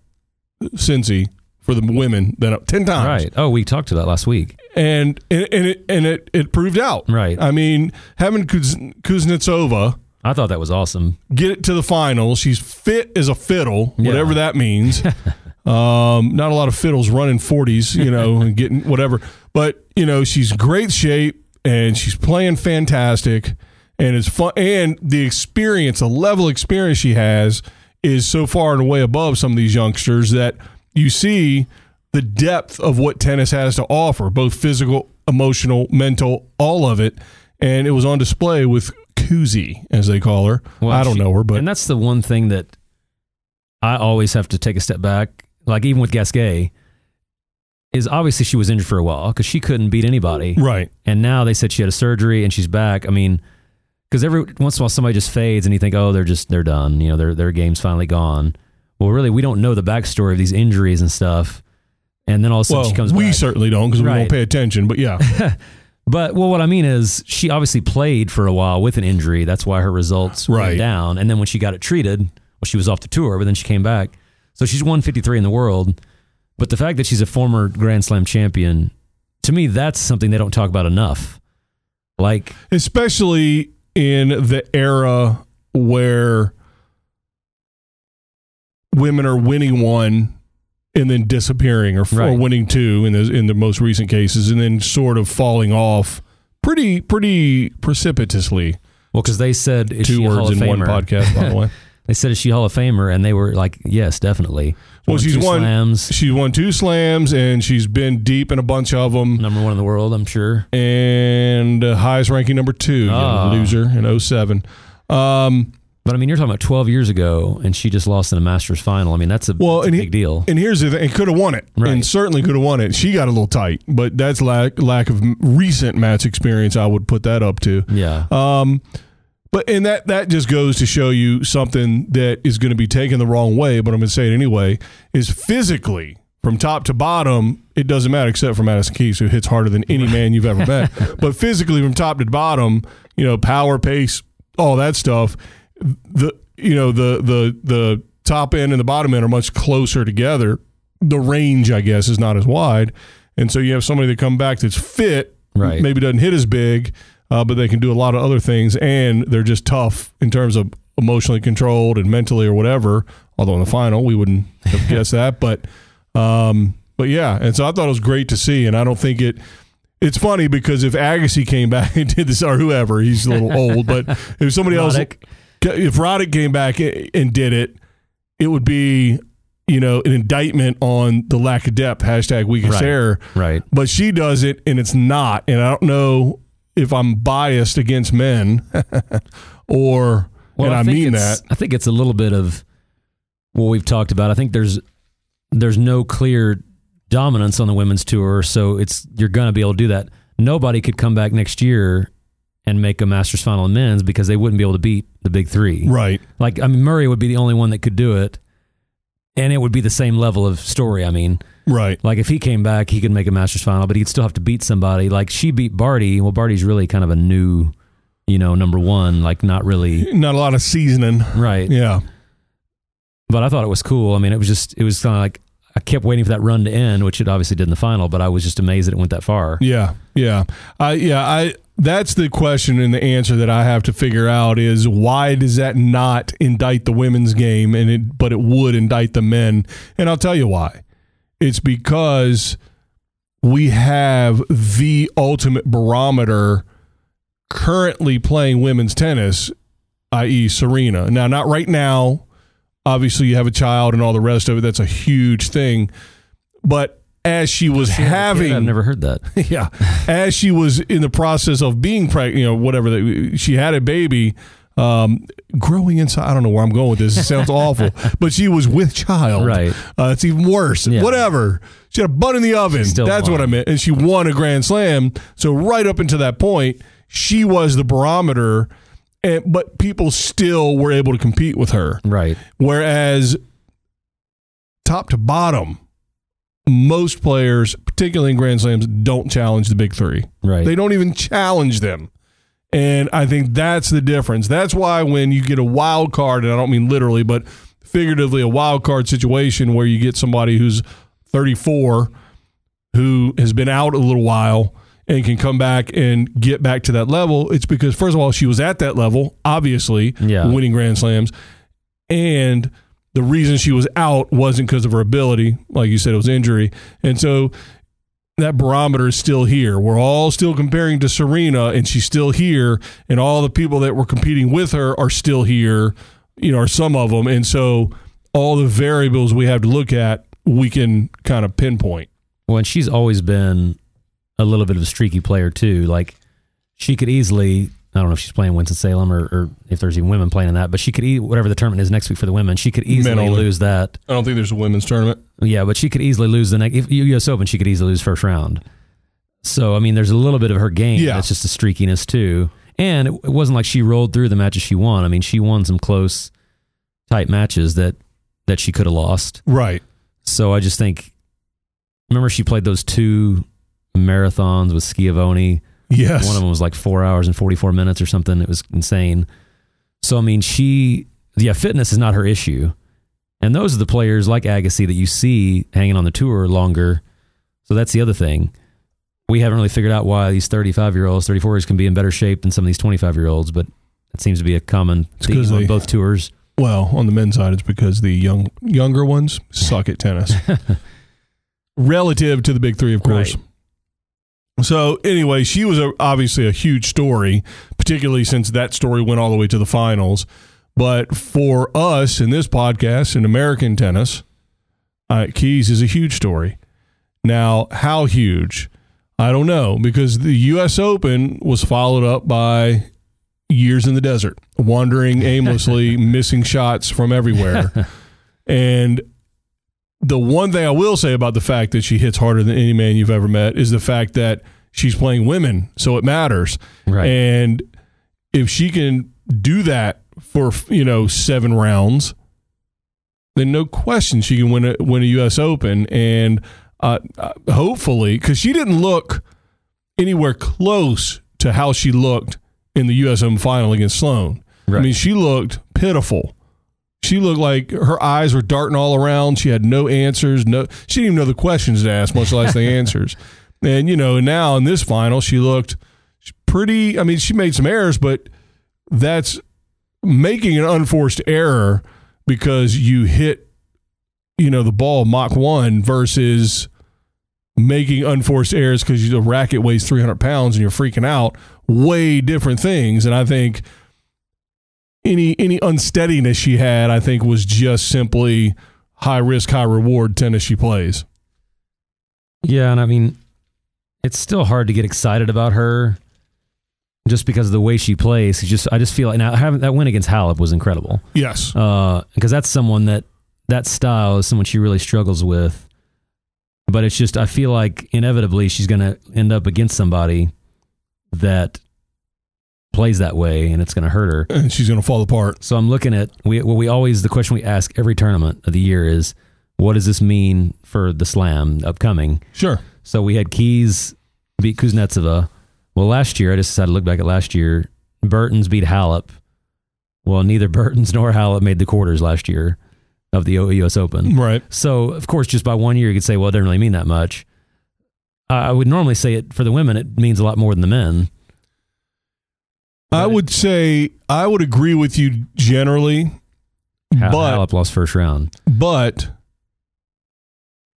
Speaker 2: Cincy for the women than ten times.
Speaker 3: Right. Oh, we talked to that last week.
Speaker 2: And and, and it and it, it proved out.
Speaker 3: Right.
Speaker 2: I mean, having Kuz, Kuznetsova
Speaker 3: I thought that was awesome.
Speaker 2: get it to the final. She's fit as a fiddle,
Speaker 3: Yeah.
Speaker 2: whatever that means. um, not a lot of fiddles running forties, you know, and getting whatever. But you know, she's great shape and she's playing fantastic, and it's fun. And the experience, the level of experience she has, is so far and away above some of these youngsters that you see the depth of what tennis has to offer, both physical, emotional, mental, all of it. And it was on display with Kuzi, as they call her. I don't
Speaker 3: she-
Speaker 2: know her, but
Speaker 3: and that's the one thing that I always have to take a step back. Like even with Gasquet, is obviously she was injured for a while because she couldn't beat anybody.
Speaker 2: right.
Speaker 3: And now they said she had a surgery and she's back. I mean, because every once in a while somebody just fades and you think, oh, they're just they're done. You know, their their game's finally gone. Well, really, we don't know the backstory of these injuries and stuff. And then all of a sudden
Speaker 2: Well,
Speaker 3: she comes
Speaker 2: we
Speaker 3: back.
Speaker 2: certainly don't because we
Speaker 3: Right.
Speaker 2: don't pay attention. But yeah,
Speaker 3: But well, what I mean is, she obviously played for a while with an injury. That's why her results
Speaker 2: Right.
Speaker 3: went down. And then when she got it treated, well, she was off the tour, but then she came back. So she's 153 in the world. But the fact that she's a former Grand Slam champion, to me, that's something they don't talk about enough. Like,
Speaker 2: especially in the era where women are winning one and then disappearing, or, or
Speaker 3: Right.
Speaker 2: winning two in the in the most recent cases, and then sort of falling off pretty pretty precipitously.
Speaker 3: well, because they said is
Speaker 2: Two
Speaker 3: she a Hall
Speaker 2: words
Speaker 3: of
Speaker 2: in one
Speaker 3: Famer?
Speaker 2: podcast, by the way.
Speaker 3: They said is she a Hall of Famer, and they were like, yes, definitely.
Speaker 2: Well, she's
Speaker 3: two
Speaker 2: won-
Speaker 3: slams,
Speaker 2: She's won two slams and she's been deep in a bunch of them.
Speaker 3: number one in the world, I'm sure.
Speaker 2: and uh, highest ranking number two, you
Speaker 3: Ah.
Speaker 2: loser in 07. Um,
Speaker 3: But I mean, you're talking about 12 years ago, and she just lost in a Masters final. I mean, that's a,
Speaker 2: Well,
Speaker 3: that's a
Speaker 2: and he-
Speaker 3: big deal.
Speaker 2: and here's the thing: it could have won it,
Speaker 3: Right.
Speaker 2: and certainly could have won it. She got a little tight, but that's lack lack of m- recent match experience. I would put that up to.
Speaker 3: yeah.
Speaker 2: Um, but and that that just goes to show you something that is going to be taken the wrong way, but I'm going to say it anyway. Is physically from top to bottom, it doesn't matter except for Madison Keys, who hits harder than any man you've ever met. But physically, from top to bottom, you know, power, pace, all that stuff. The you know the the the top end and the bottom end are much closer together. The range, I guess, is not as wide, and so you have somebody that come back that's fit,
Speaker 3: Right.
Speaker 2: Maybe doesn't hit as big, uh, but they can do a lot of other things, and they're just tough in terms of emotionally controlled and mentally or whatever. Although in the final, we wouldn't have guessed that, but um, but yeah, and so I thought it was great to see, and I don't think it. It's funny because if Agassi came back and did this, or whoever, he's a little old, but if somebody else,
Speaker 3: Roddick.
Speaker 2: if Roddick came back and did it, it would be, you know, an indictment on the lack of depth, hashtag weakest
Speaker 3: Right.
Speaker 2: error.
Speaker 3: Right.
Speaker 2: But she does it and it's not. And I don't know if I'm biased against men or, and I,
Speaker 3: think
Speaker 2: mean
Speaker 3: it's-
Speaker 2: that.
Speaker 3: I think it's a little bit of what we've talked about. I think there's there's no clear dominance on the women's tour, so it's you're going to be able to do that. Nobody could come back next year and make a Masters final in men's because they wouldn't be able to beat the big three.
Speaker 2: Right.
Speaker 3: Like I mean, Murray would be the only one that could do it, and it would be the same level of story. I mean,
Speaker 2: Right.
Speaker 3: like if he came back, he could make a Masters final, but he'd still have to beat somebody. Like she beat Barty. Well, Barty's really kind of a new, you know, number one. Like not really
Speaker 2: Not a lot of seasoning.
Speaker 3: right.
Speaker 2: Yeah.
Speaker 3: But I thought it was cool. I mean, it was just it was kind of like I kept waiting for that run to end, which it obviously did in the final. But I was just amazed that it went that far.
Speaker 2: Yeah, yeah, I yeah I. That's the question and the answer that I have to figure out is why does that not indict the women's game and it but it would indict the men and I'll tell you why. It's because we have the ultimate barometer currently playing women's tennis, i.e. Serena. Now not right now. Obviously you have a child and all the rest of it that's a huge thing. But as she was having
Speaker 3: I've never heard that.
Speaker 2: yeah as she was in the process of being pregnant you know whatever that she had a baby um, growing inside i don't know where i'm going with this it sounds awful but she was with child
Speaker 3: Right.
Speaker 2: uh, it's even worse
Speaker 3: Yeah.
Speaker 2: whatever she had a bun in the oven
Speaker 3: still
Speaker 2: that's what
Speaker 3: won.
Speaker 2: i meant and she won a grand slam so right up until that point she was the barometer and, but people still were able to compete with her
Speaker 3: Right.
Speaker 2: Whereas top to bottom, most players, particularly in Grand Slams, don't challenge the big three.
Speaker 3: Right.
Speaker 2: They don't even challenge them. And I think that's the difference. That's why when you get a wild card, and I don't mean literally, but figuratively, a wild card situation where you get somebody who's 34 who has been out a little while and can come back and get back to that level, it's because, first of all, she was at that level, obviously,
Speaker 3: Yeah.
Speaker 2: winning Grand Slams. And the reason she was out wasn't because of her ability. Like you said, it was injury. And so that barometer is still here. We're all still comparing to Serena, and she's still here, and all the people that were competing with her are still here, you know, or some of them. And so all the variables we have to look at, we can kind of pinpoint.
Speaker 3: Well, and she's always been a little bit of a streaky player too. Like she could easily. I don't know if she's playing Winston Salem or, or if there's even women playing in that, but she could eat whatever the tournament is next week for the women. She could easily
Speaker 2: only.
Speaker 3: lose that.
Speaker 2: I don't think there's a women's tournament.
Speaker 3: Yeah, but she could easily lose the next if U.S. Open. She could easily lose first round. So I mean, there's a little bit of her game.
Speaker 2: Yeah.
Speaker 3: that's just the streakiness too. And it, it wasn't like she rolled through the matches she won. I mean, she won some close type matches that that she could have lost.
Speaker 2: Right.
Speaker 3: So I just think, remember she played those two marathons with Schiavone.
Speaker 2: Yes.
Speaker 3: One of them was like four hours and 44 minutes or something. It was insane. So, I mean, she, yeah, fitness is not her issue. And those are the players like Agassi that you see hanging on the tour longer. So that's the other thing. We haven't really figured out why these 35 year olds, 34 year olds can be in better shape than some of these 25 year olds, but that seems to be a common theme
Speaker 2: 'cause
Speaker 3: on
Speaker 2: they-
Speaker 3: both tours.
Speaker 2: Well, on the men's side, it's because the young younger ones suck at tennis, relative to the big three, of course. So anyway, she was a, obviously a huge story, particularly since that story went all the way to the finals. But for us in this podcast in American tennis, uh, Keys is a huge story. Now, how huge? I don't know because the U.S. Open was followed up by years in the desert, wandering aimlessly, missing shots from everywhere. and the one thing I will say about the fact that she hits harder than any man you've ever met is the fact that she's playing women, so it matters.
Speaker 3: Right.
Speaker 2: And if she can do that for you know seven rounds, then no question she can win a win a U.S. Open, and uh, uh, hopefully, because she didn't look anywhere close to how she looked in the U.S. Open final against Sloan. I
Speaker 3: Right.
Speaker 2: mean, she looked pitiful. She looked like her eyes were darting all around. She had no answers. No, she didn't even know the questions to ask, much less the answers. And you know, now in this final, she looked pretty. I mean, she made some errors, but that's making an unforced error because you hit, you know, the ball Mach one versus making unforced errors because the racket weighs 300 pounds and you're freaking out. Way different things, and I think any any unsteadiness she had, I think, was just simply high risk, high reward tennis she plays.
Speaker 3: Yeah, and I mean, it's still hard to get excited about her just because of the way she plays. She just I just feel like now I haven't that win against Halep was incredible
Speaker 2: Yes,
Speaker 3: because that's someone that that style is someone she really struggles with. But it's just I feel like inevitably she's going to end up against somebody that plays that way and it's going to hurt her.
Speaker 2: and she's gonna fall apart.
Speaker 3: So I'm looking at we well, we always the question we ask every tournament of the year is what does this mean for the slam upcoming?
Speaker 2: Sure.
Speaker 3: So we had Keys beat Kuznetsova. Well, last year I just decided to look back at last year. Burton's beat Halep. Well, neither Burton's nor Halep made the quarters last year of the U.S. Open.
Speaker 2: Right.
Speaker 3: So, of course, just by one year, you could say, well, it doesn't really mean that much. I I would normally say it for the women, it means a lot more than the men.
Speaker 2: I would say I would agree with you generally,
Speaker 3: Ha-
Speaker 2: but
Speaker 3: Halep lost first round.
Speaker 2: but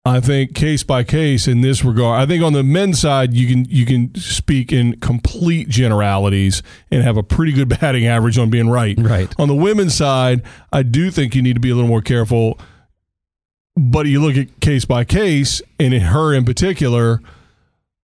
Speaker 2: I think case by case in this regard, I think on the men's side you can you can speak in complete generalities and have a pretty good batting average on being right.
Speaker 3: Right.
Speaker 2: On the women's side, I do think you need to be a little more careful. But you look at case by case, and in her in particular,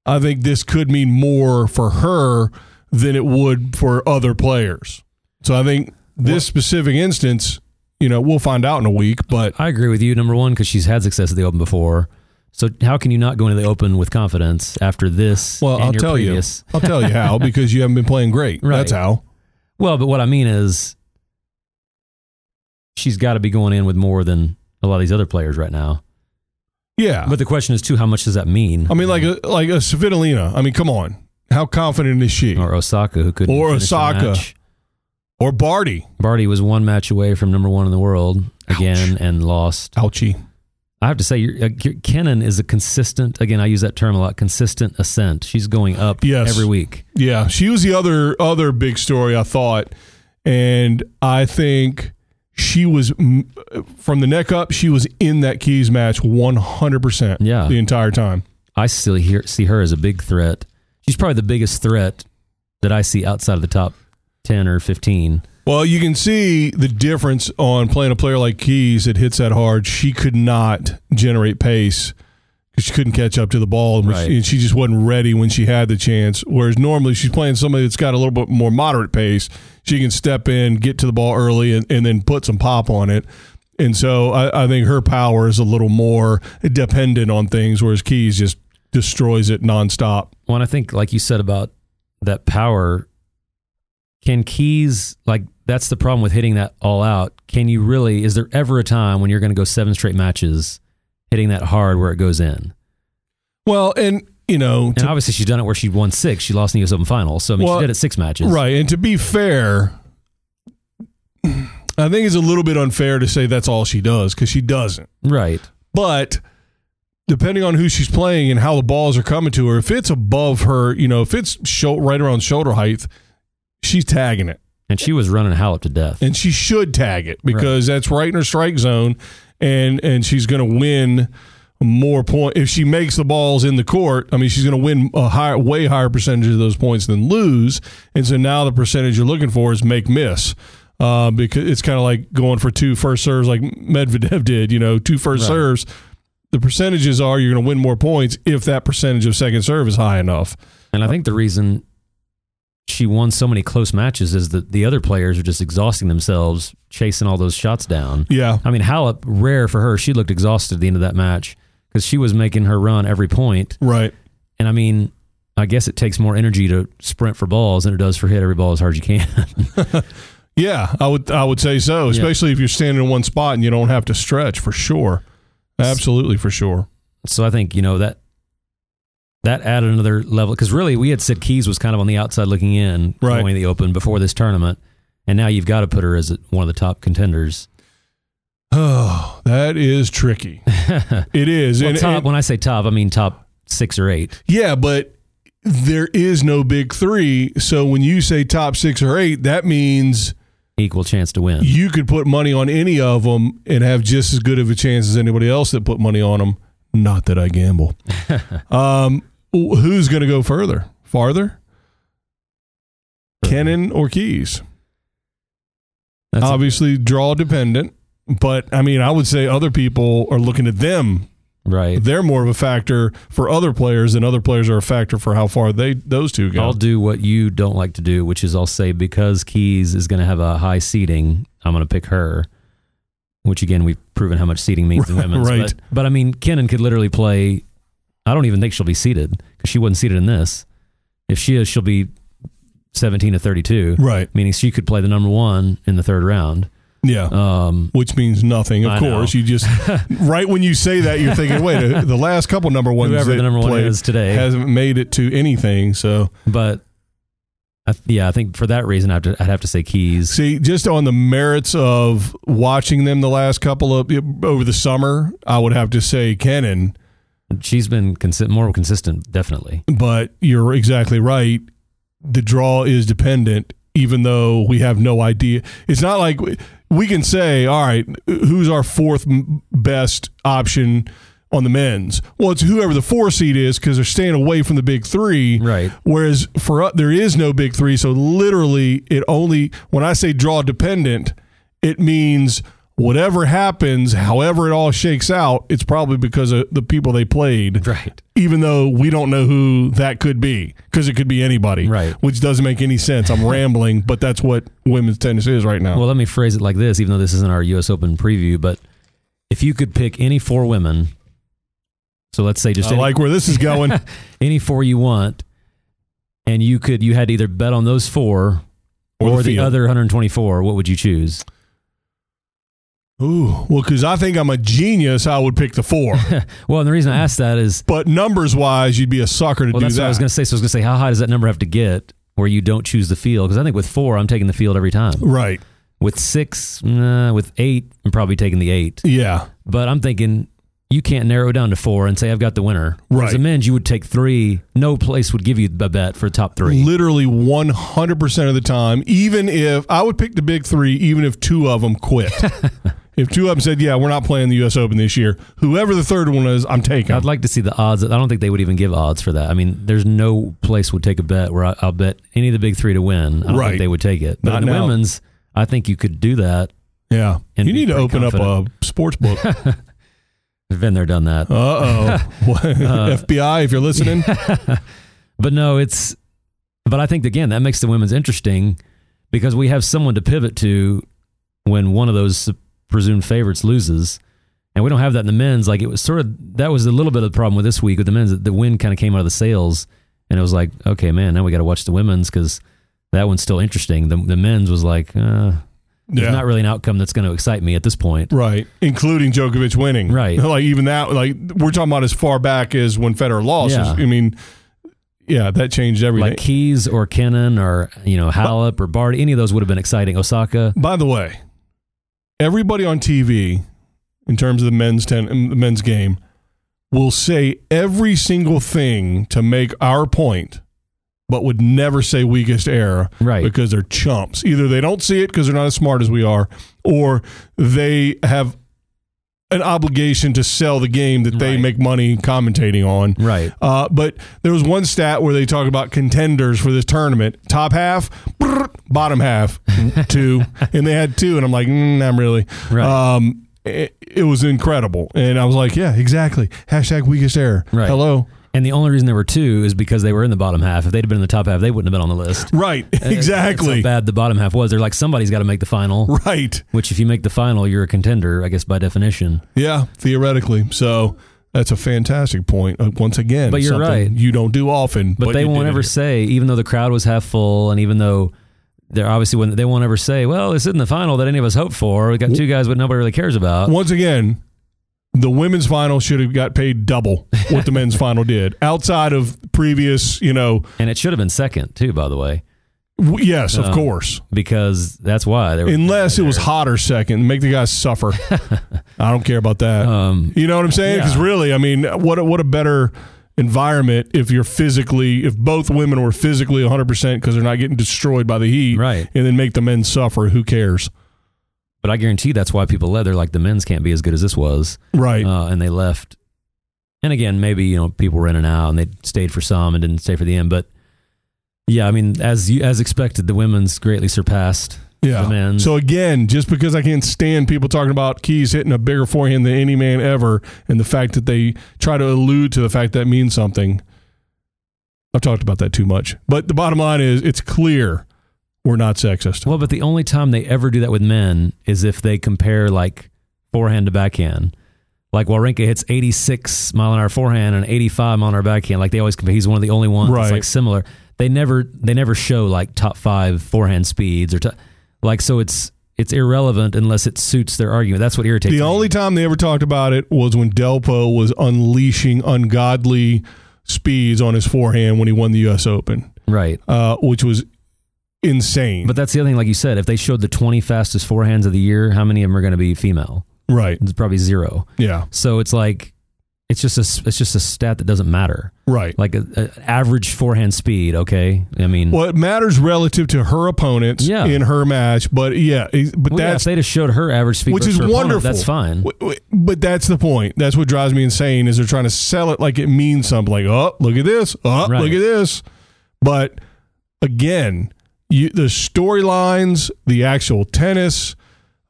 Speaker 2: I think this could mean more for her than it would for other players. So I think this specific instance, you know, we'll find out in a week, but
Speaker 3: I agree with you, number one, because she's had success at the Open before. So, how can you not go into the Open with confidence after this?
Speaker 2: well,
Speaker 3: and
Speaker 2: I'll
Speaker 3: your
Speaker 2: tell
Speaker 3: previous-
Speaker 2: you. I'll tell you how because you haven't been playing great.
Speaker 3: Right.
Speaker 2: That's how.
Speaker 3: Well, but what I mean is, she's got to be going in with more than a lot of these other players right now.
Speaker 2: Yeah.
Speaker 3: But the question is, too, how much does that mean?
Speaker 2: I mean like a like a Svitolina. I mean, come on. How confident is she?
Speaker 3: or Osaka, who couldn't
Speaker 2: Or
Speaker 3: finish the
Speaker 2: Osaka.
Speaker 3: match.
Speaker 2: Or Barty.
Speaker 3: Barty was one match away from number one in the world again and lost.
Speaker 2: Ouchie.
Speaker 3: I have to say, your, uh, your, Kennan is a consistent. Again, I use that term a lot. Consistent ascent. She's going up
Speaker 2: Yes.
Speaker 3: every week.
Speaker 2: Yeah, she was the other other big story I thought, and I think she was mm, from the neck up. She was in that keys match one hundred percent.
Speaker 3: Yeah.
Speaker 2: the entire time.
Speaker 3: I still hear, see her as a big threat. She's probably the biggest threat that I see outside of the top ten or fifteen.
Speaker 2: Well, you can see the difference on playing a player like Keys that hits that hard. She could not generate pace because she couldn't catch up to the ball,
Speaker 3: Right.
Speaker 2: and she just wasn't ready when she had the chance. Whereas normally she's playing somebody that's got a little bit more moderate pace. She can step in, get to the ball early, and, and then put some pop on it. And so I, I think her power is a little more dependent on things, whereas Keys just destroys it nonstop.
Speaker 3: Well, and I think, like you said about that power, can Keys like that's the problem with hitting that all out? Can you really? Is there ever a time when you're going to go seven straight matches hitting that hard where it goes in?
Speaker 2: Well, and you know,
Speaker 3: And obviously, she's done it where she won six. She lost in the U.S. Open final, so I mean,
Speaker 2: Well,
Speaker 3: she did it six matches.
Speaker 2: Right. And to be fair, I think it's a little bit unfair to say that's all she does because she doesn't.
Speaker 3: right.
Speaker 2: But depending on who she's playing and how the balls are coming to her, if it's above her, you know, if it's sho- right around shoulder height, she's tagging it.
Speaker 3: And she was running Hallop to death.
Speaker 2: And she should tag it because that's right in her strike zone and and she's going to win more point if she makes the balls in the court. I mean, she's going to win a higher way higher percentage of those points than lose. And so now the percentage you're looking for is make miss. Uh, because it's kind of like going for two first serves like Medvedev did, you know, two first
Speaker 3: Right.
Speaker 2: serves. The percentages are you're going to win more points if that percentage of second serve is high enough.
Speaker 3: And I think the reason she won so many close matches is that the other players are just exhausting themselves chasing all those shots down.
Speaker 2: Yeah.
Speaker 3: I mean, Hallop, rare for her, she looked exhausted at the end of that match because she was making her run every point.
Speaker 2: Right.
Speaker 3: And I mean, I guess it takes more energy to sprint for balls than it does for hit every ball as hard as you can.
Speaker 2: Yeah, I would I would say so, especially if you're standing in one spot and you don't have to stretch for sure. Absolutely for sure.
Speaker 3: so I think you know that that added another level because really we had said Keys was kind of on the outside looking in
Speaker 2: Right.
Speaker 3: going to the Open before this tournament, and now you've got to put her as one of the top contenders.
Speaker 2: Oh, that is tricky. it is.
Speaker 3: Well,
Speaker 2: And-
Speaker 3: top.
Speaker 2: and-
Speaker 3: when I say top, I mean top six or eight.
Speaker 2: yeah, but there is no big 3, so when you say top 6 or 8, that means
Speaker 3: Equal chance to win.
Speaker 2: you could put money on any of them and have just as good of a chance as anybody else that put money on them. Not that I gamble. um, wh- who's going to go further? Farther? Kennan or Keys?
Speaker 3: That's a-
Speaker 2: obviously draw dependent, but I mean, I would say other people are looking at them.
Speaker 3: right.
Speaker 2: They're more of a factor for other players than other players are a factor for how far they those two go.
Speaker 3: I'll do what you don't like to do, which is I'll say because Keys is going to have a high seating, I'm going to pick her. Which again, we've proven how much seating means in women's.
Speaker 2: Right.
Speaker 3: But, but I mean, Kennan could literally play. I don't even think she'll be seated because she wasn't seated in this. If she is, she'll be 17 to 32,
Speaker 2: Right.
Speaker 3: meaning she could play the number one in the third round.
Speaker 2: Yeah.
Speaker 3: Um,
Speaker 2: Which means nothing, of
Speaker 3: I know.
Speaker 2: course. You just right when you say that, you're thinking, wait, the the last couple number ones
Speaker 3: Whoever
Speaker 2: that
Speaker 3: the number one
Speaker 2: played
Speaker 3: is today.
Speaker 2: hasn't made it to anything. So
Speaker 3: but I, th- yeah, I think for that reason, I have to, I'd have to say Keys.
Speaker 2: see, just on the merits of watching them the last couple of over the summer, I would have to say Kennan.
Speaker 3: She's been consi- more consistent, definitely.
Speaker 2: But you're exactly right. The draw is dependent, even though we have no idea. It's not like we- we can say, all right, who's our fourth m- best option on the men's? Well, it's whoever the four seed is because they're staying away from the big three.
Speaker 3: Right.
Speaker 2: Whereas for us, there is no big three. So literally, it only, when I say draw dependent, it means whatever happens, however it all shakes out, it's probably because of the people they played
Speaker 3: Right.
Speaker 2: even though we don't know who that could be because it could be anybody
Speaker 3: Right.
Speaker 2: which doesn't make any sense i'm rambling but that's what women's tennis is right now
Speaker 3: Well, let me phrase it like this, even though this isn't our U.S. Open preview, but if you could pick any four women, so let's say just
Speaker 2: i
Speaker 3: any,
Speaker 2: like where this is going
Speaker 3: any four you want, and you could you had to either bet on those four
Speaker 2: Or
Speaker 3: or,
Speaker 2: the
Speaker 3: the,
Speaker 2: field.
Speaker 3: other 124, what would you choose?
Speaker 2: ooh well because i think i'm a genius i would pick the four
Speaker 3: Well, and the reason I asked that is
Speaker 2: but numbers wise you'd be a sucker to
Speaker 3: well,
Speaker 2: do
Speaker 3: that's what I was
Speaker 2: that
Speaker 3: going to say. So I was going to say, how high does that number have to get where you don't choose the field? Because I think with four, I'm taking the field every time.
Speaker 2: right
Speaker 3: With six, nah, with eight, I'm probably taking the eight.
Speaker 2: yeah
Speaker 3: But I'm thinking you can't narrow it down to four and say I've got the winner. As a
Speaker 2: Right.
Speaker 3: men's, you would take three. No place would give you a bet for top three.
Speaker 2: literally 100% of the time even if i would pick the big three even if two of them quit if two of them said yeah we're not playing the us open this year whoever the third one is i'm taking
Speaker 3: I'd like to see the odds. I don't think they would even give odds for that. I mean, there's no place would take a bet where I, I'll bet any of the big three to win. I don't
Speaker 2: Right.
Speaker 3: think they would take it. But
Speaker 2: Not
Speaker 3: in the
Speaker 2: now.
Speaker 3: women's, I think you could do that.
Speaker 2: yeah
Speaker 3: and
Speaker 2: you
Speaker 3: be
Speaker 2: need to
Speaker 3: pretty
Speaker 2: open up
Speaker 3: confident.
Speaker 2: a sports book
Speaker 3: I've been there, done that.
Speaker 2: Uh oh. FBI, if you're listening.
Speaker 3: But no, it's. But I think again that makes the women's interesting because we have someone to pivot to when one of those presumed favorites loses, and we don't have that in the men's. Like it was sort of that was a little bit of the problem with this week with the men's. that The wind kind of came out of the sails, and it was like, okay, man, now we got to watch the women's because that one's still interesting. The, the men's was like, uh, there's
Speaker 2: Yeah.
Speaker 3: not really an outcome that's going to excite me at this point.
Speaker 2: Right. Including Djokovic winning.
Speaker 3: Right.
Speaker 2: Like, even that, like, we're talking about as far back as when Federer lost.
Speaker 3: Yeah.
Speaker 2: I mean, yeah, that changed everything.
Speaker 3: Like Keys or Kennan or you know Halep or Bard, any of those would have been exciting. Osaka,
Speaker 2: By the way, everybody on TV, in terms of the men's, ten, the men's game, will say every single thing to make our point, but would never say weakest error.
Speaker 3: right?
Speaker 2: because they're chumps. Either they don't see it because they're not as smart as we are, or they have an obligation to sell the game that they
Speaker 3: Right.
Speaker 2: make money commentating on.
Speaker 3: right.
Speaker 2: Uh, but there was one stat where they talk about contenders for this tournament: top half, brrr, bottom half, two, and they had two, and I'm like, mm, I'm really.
Speaker 3: Right.
Speaker 2: Um, it, it was incredible, and I was like, yeah, exactly. Hashtag weakest error.
Speaker 3: Right.
Speaker 2: Hello.
Speaker 3: And the only reason there were two is because they were in the bottom half. If they'd have been in the top half, they wouldn't have been on the list.
Speaker 2: Right.
Speaker 3: That's
Speaker 2: Exactly.
Speaker 3: how bad the bottom half was. They're like somebody's got to make the final.
Speaker 2: Right.
Speaker 3: Which, if you make the final, you're a contender, I guess by definition.
Speaker 2: Yeah, theoretically. So that's a fantastic point. Uh, Once again,
Speaker 3: But you're
Speaker 2: something
Speaker 3: right.
Speaker 2: You don't do often,
Speaker 3: But, they
Speaker 2: you
Speaker 3: won't
Speaker 2: did
Speaker 3: ever
Speaker 2: it.
Speaker 3: say, even though the crowd was half full, and even though they're obviously when they won't ever say, well, this isn't the final that any of us hoped for. We got two guys, but nobody really cares about.
Speaker 2: Once again, the women's final should have got paid double what the men's final did. Outside of previous, you know,
Speaker 3: And it should have been second too, by the way,
Speaker 2: w- yes, of
Speaker 3: Um,
Speaker 2: course.
Speaker 3: because that's why they were.
Speaker 2: Unless it was hotter second, make the guys suffer. I don't care about that.
Speaker 3: Um,
Speaker 2: you know what I'm saying? Because
Speaker 3: yeah.
Speaker 2: really, I mean, what a, what a better environment if you're physically, if both women were physically 100 percent because they're not getting destroyed by the heat,
Speaker 3: Right.
Speaker 2: And then make the men suffer. Who cares?
Speaker 3: but I guarantee that's why people left. They're like the men's can't be as good as this was.
Speaker 2: Right.
Speaker 3: uh, and they left. And again, maybe you know people were in and out, and they stayed for some and didn't stay for the end. But yeah, I mean, as you, as expected, the women's greatly surpassed
Speaker 2: yeah.
Speaker 3: the men's.
Speaker 2: So again, just because I can't stand people talking about Keys hitting a bigger forehand than any man ever, and the fact that they try to allude to the fact that means something. I've talked about that too much. But the bottom line is, it's clear we're not sexist.
Speaker 3: well, but the only time they ever do that with men is if they compare like forehand to backhand. Like Wawrinka hits 86 mile an hour forehand and 85 mile an hour backhand. Like they always compare. He's one of the only ones
Speaker 2: Right.
Speaker 3: that's like similar. they never they never show like top five forehand speeds or to, like so it's it's irrelevant unless it suits their argument. That's what irritates
Speaker 2: The
Speaker 3: me.
Speaker 2: only time they ever talked about it was when Delpo was unleashing ungodly speeds on his forehand when he won the U.S. Open,
Speaker 3: right.
Speaker 2: uh, which was insane.
Speaker 3: But that's the other thing, like you said, if they showed the 20 fastest forehands of the year, how many of them are going to be female?
Speaker 2: right?
Speaker 3: It's probably zero.
Speaker 2: Yeah.
Speaker 3: So it's like, it's just a, s- it's just a stat that doesn't matter.
Speaker 2: Right.
Speaker 3: Like a, a average forehand speed. Okay. I mean,
Speaker 2: Well, it matters relative to her opponents
Speaker 3: Yeah.
Speaker 2: in her match, but yeah, is- but
Speaker 3: well, yeah, if
Speaker 2: that's
Speaker 3: they'd have showed her average speed,
Speaker 2: which
Speaker 3: versus
Speaker 2: is
Speaker 3: her opponent,
Speaker 2: wonderful.
Speaker 3: that's fine.
Speaker 2: W- w- But that's the point. That's what drives me insane is they're trying to sell it like it means something. Like, oh, look at this. Oh,
Speaker 3: Right.
Speaker 2: look at this. But again, you, the storylines, the actual tennis,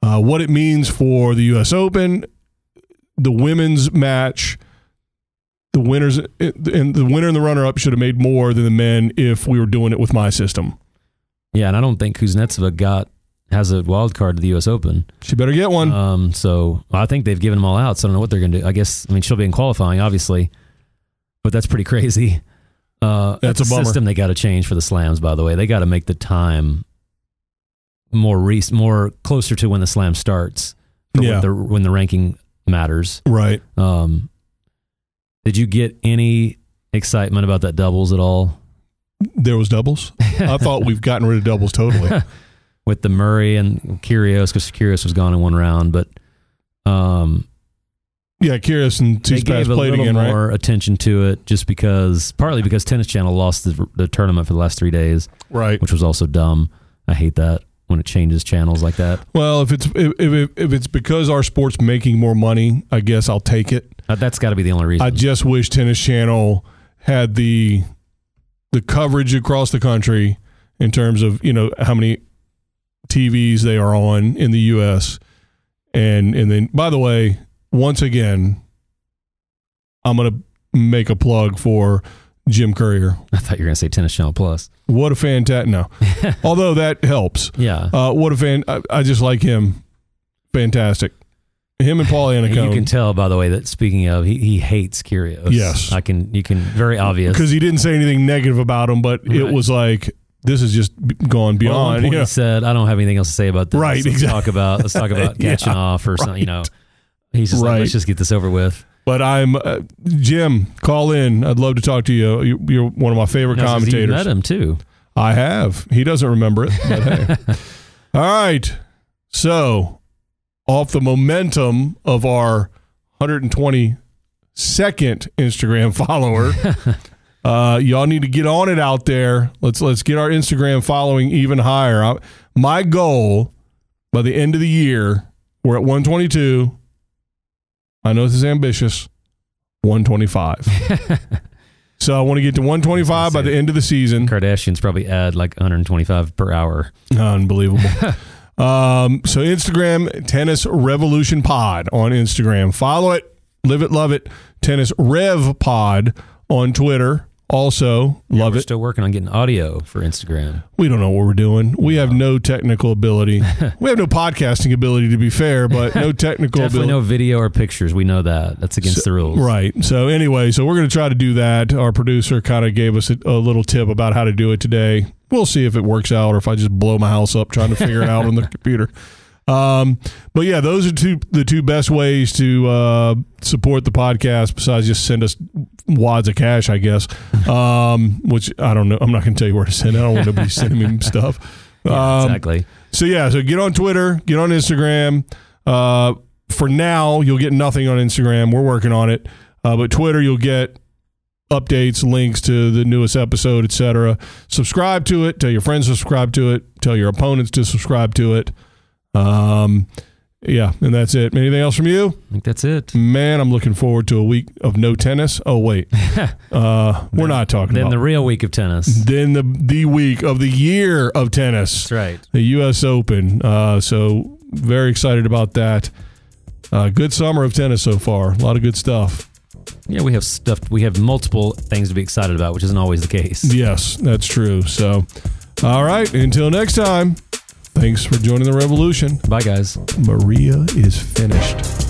Speaker 2: uh, what it means for the U.S. Open, the women's match, the winners and the winner and the runner-up should have made more than the men if we were doing it with my system.
Speaker 3: Yeah. And I don't think Kuznetsova got, has a wild card to the U.S. Open.
Speaker 2: She better get one.
Speaker 3: Um, so I think they've given them all out. So I don't know what they're going to do. I guess I mean she'll be in qualifying, obviously, but that's pretty crazy. Uh,
Speaker 2: That's a
Speaker 3: the
Speaker 2: bummer.
Speaker 3: system they got to change for the slams. By the way, they got to make the time more re- more closer to when the slam starts. For
Speaker 2: Yeah.
Speaker 3: when the, when the ranking matters.
Speaker 2: right.
Speaker 3: Um, did you get any excitement about that doubles at all
Speaker 2: There was doubles. I thought we've gotten rid of doubles totally.
Speaker 3: with the Murray and Kyrgios because Kyrgios was gone in one round, but um,
Speaker 2: Yeah, Curious and
Speaker 3: they
Speaker 2: T Spaz
Speaker 3: gave a
Speaker 2: played
Speaker 3: little
Speaker 2: again, right?
Speaker 3: more attention to it just because partly because tennis channel lost the, the tournament for the last three days
Speaker 2: Right.
Speaker 3: which was also dumb i hate that when it changes channels like that
Speaker 2: Well, if it's if, if if it's because our sport's making more money, I guess I'll take it.
Speaker 3: Uh, that's got to be the only reason
Speaker 2: I just wish Tennis Channel had the the coverage across the country in terms of you know how many TVs they are on in the U.S. and and then by the way, once again, I'm gonna make a plug for Jim Courier.
Speaker 3: i thought you were going to say tennis channel plus
Speaker 2: What a fantastic! No, although that helps.
Speaker 3: yeah
Speaker 2: Uh, what a fan! I, I just like him. Fantastic. Him and Paul
Speaker 3: And you can
Speaker 2: Anacone.
Speaker 3: tell by the way that speaking of he, he hates Kyrgios
Speaker 2: Yes.
Speaker 3: i can you can very obvious
Speaker 2: Because he didn't say anything negative about him, but it
Speaker 3: Right.
Speaker 2: was like this is just b- gone
Speaker 3: Well, at one
Speaker 2: beyond.
Speaker 3: point
Speaker 2: yeah.
Speaker 3: he said i don't have anything else to say about this
Speaker 2: Right,
Speaker 3: let's
Speaker 2: exactly.
Speaker 3: talk about let's talk about
Speaker 2: Yeah,
Speaker 3: catching off or something you know he's just
Speaker 2: Right.
Speaker 3: like let's just get this over with
Speaker 2: But I'm uh, Jim. Call in. I'd love to talk to you. You- You're one of my favorite
Speaker 3: You know, since you met
Speaker 2: commentators.
Speaker 3: him too
Speaker 2: I have. He doesn't remember it. But hey. All right. So, off the momentum of our 122nd Instagram follower. Uh, y'all need to get on it out there. Let's let's get our Instagram following even higher. I, my goal by the end of the year, we're at 122. I know this is ambitious. 125. so I want to get to 125 by the end of the season.
Speaker 3: Kardashians probably add like 125 per hour.
Speaker 2: Unbelievable. um, so Instagram Tennis Revolution Pod on Instagram. Follow it, live it, love it. Tennis Rev Pod on Twitter. Also, love
Speaker 3: We're
Speaker 2: it.
Speaker 3: still working on getting audio for Instagram.
Speaker 2: We don't know what we're doing. We have no technical ability. we have no podcasting ability, to be fair, but no technical
Speaker 3: Definitely
Speaker 2: ability.
Speaker 3: no video or pictures. We know that. That's against the rules.
Speaker 2: Right. So, anyway, so we're going to try to do that. Our producer kind of gave us a, a little tip about how to do it today. We'll see if it works out or if I just blow my house up trying to figure it out on the computer. Um, but yeah, those are two the two best ways to uh, support the podcast besides just send us wads of cash, I guess. Um, which I don't know. I'm not going to tell you where to send. it. I don't want nobody sending me stuff.
Speaker 3: Yeah,
Speaker 2: Um,
Speaker 3: exactly.
Speaker 2: so yeah, so get on Twitter, get on Instagram. Uh, for now, you'll get nothing on Instagram. We're working on it, uh, but Twitter, you'll get updates, links to the newest episode, etc. Subscribe to it. Tell your friends to subscribe to it. Tell your opponents to subscribe to it. Um, yeah, and that's it. Anything else from you,
Speaker 3: I think that's it.
Speaker 2: man? I'm looking forward to a week of no tennis. Oh wait, uh, we're not talking
Speaker 3: Then
Speaker 2: about
Speaker 3: the real week of tennis.
Speaker 2: then the the week of the year of tennis
Speaker 3: That's right.
Speaker 2: the U.S. Open. Uh, so very excited about that. Uh, good summer of tennis so far. A lot of good stuff.
Speaker 3: Yeah, we have stuff. We have multiple things to be excited about, which isn't always the case.
Speaker 2: Yes, that's true. So, all right. Until next time, thanks for joining the revolution.
Speaker 3: Bye, guys.
Speaker 2: Maria is finished.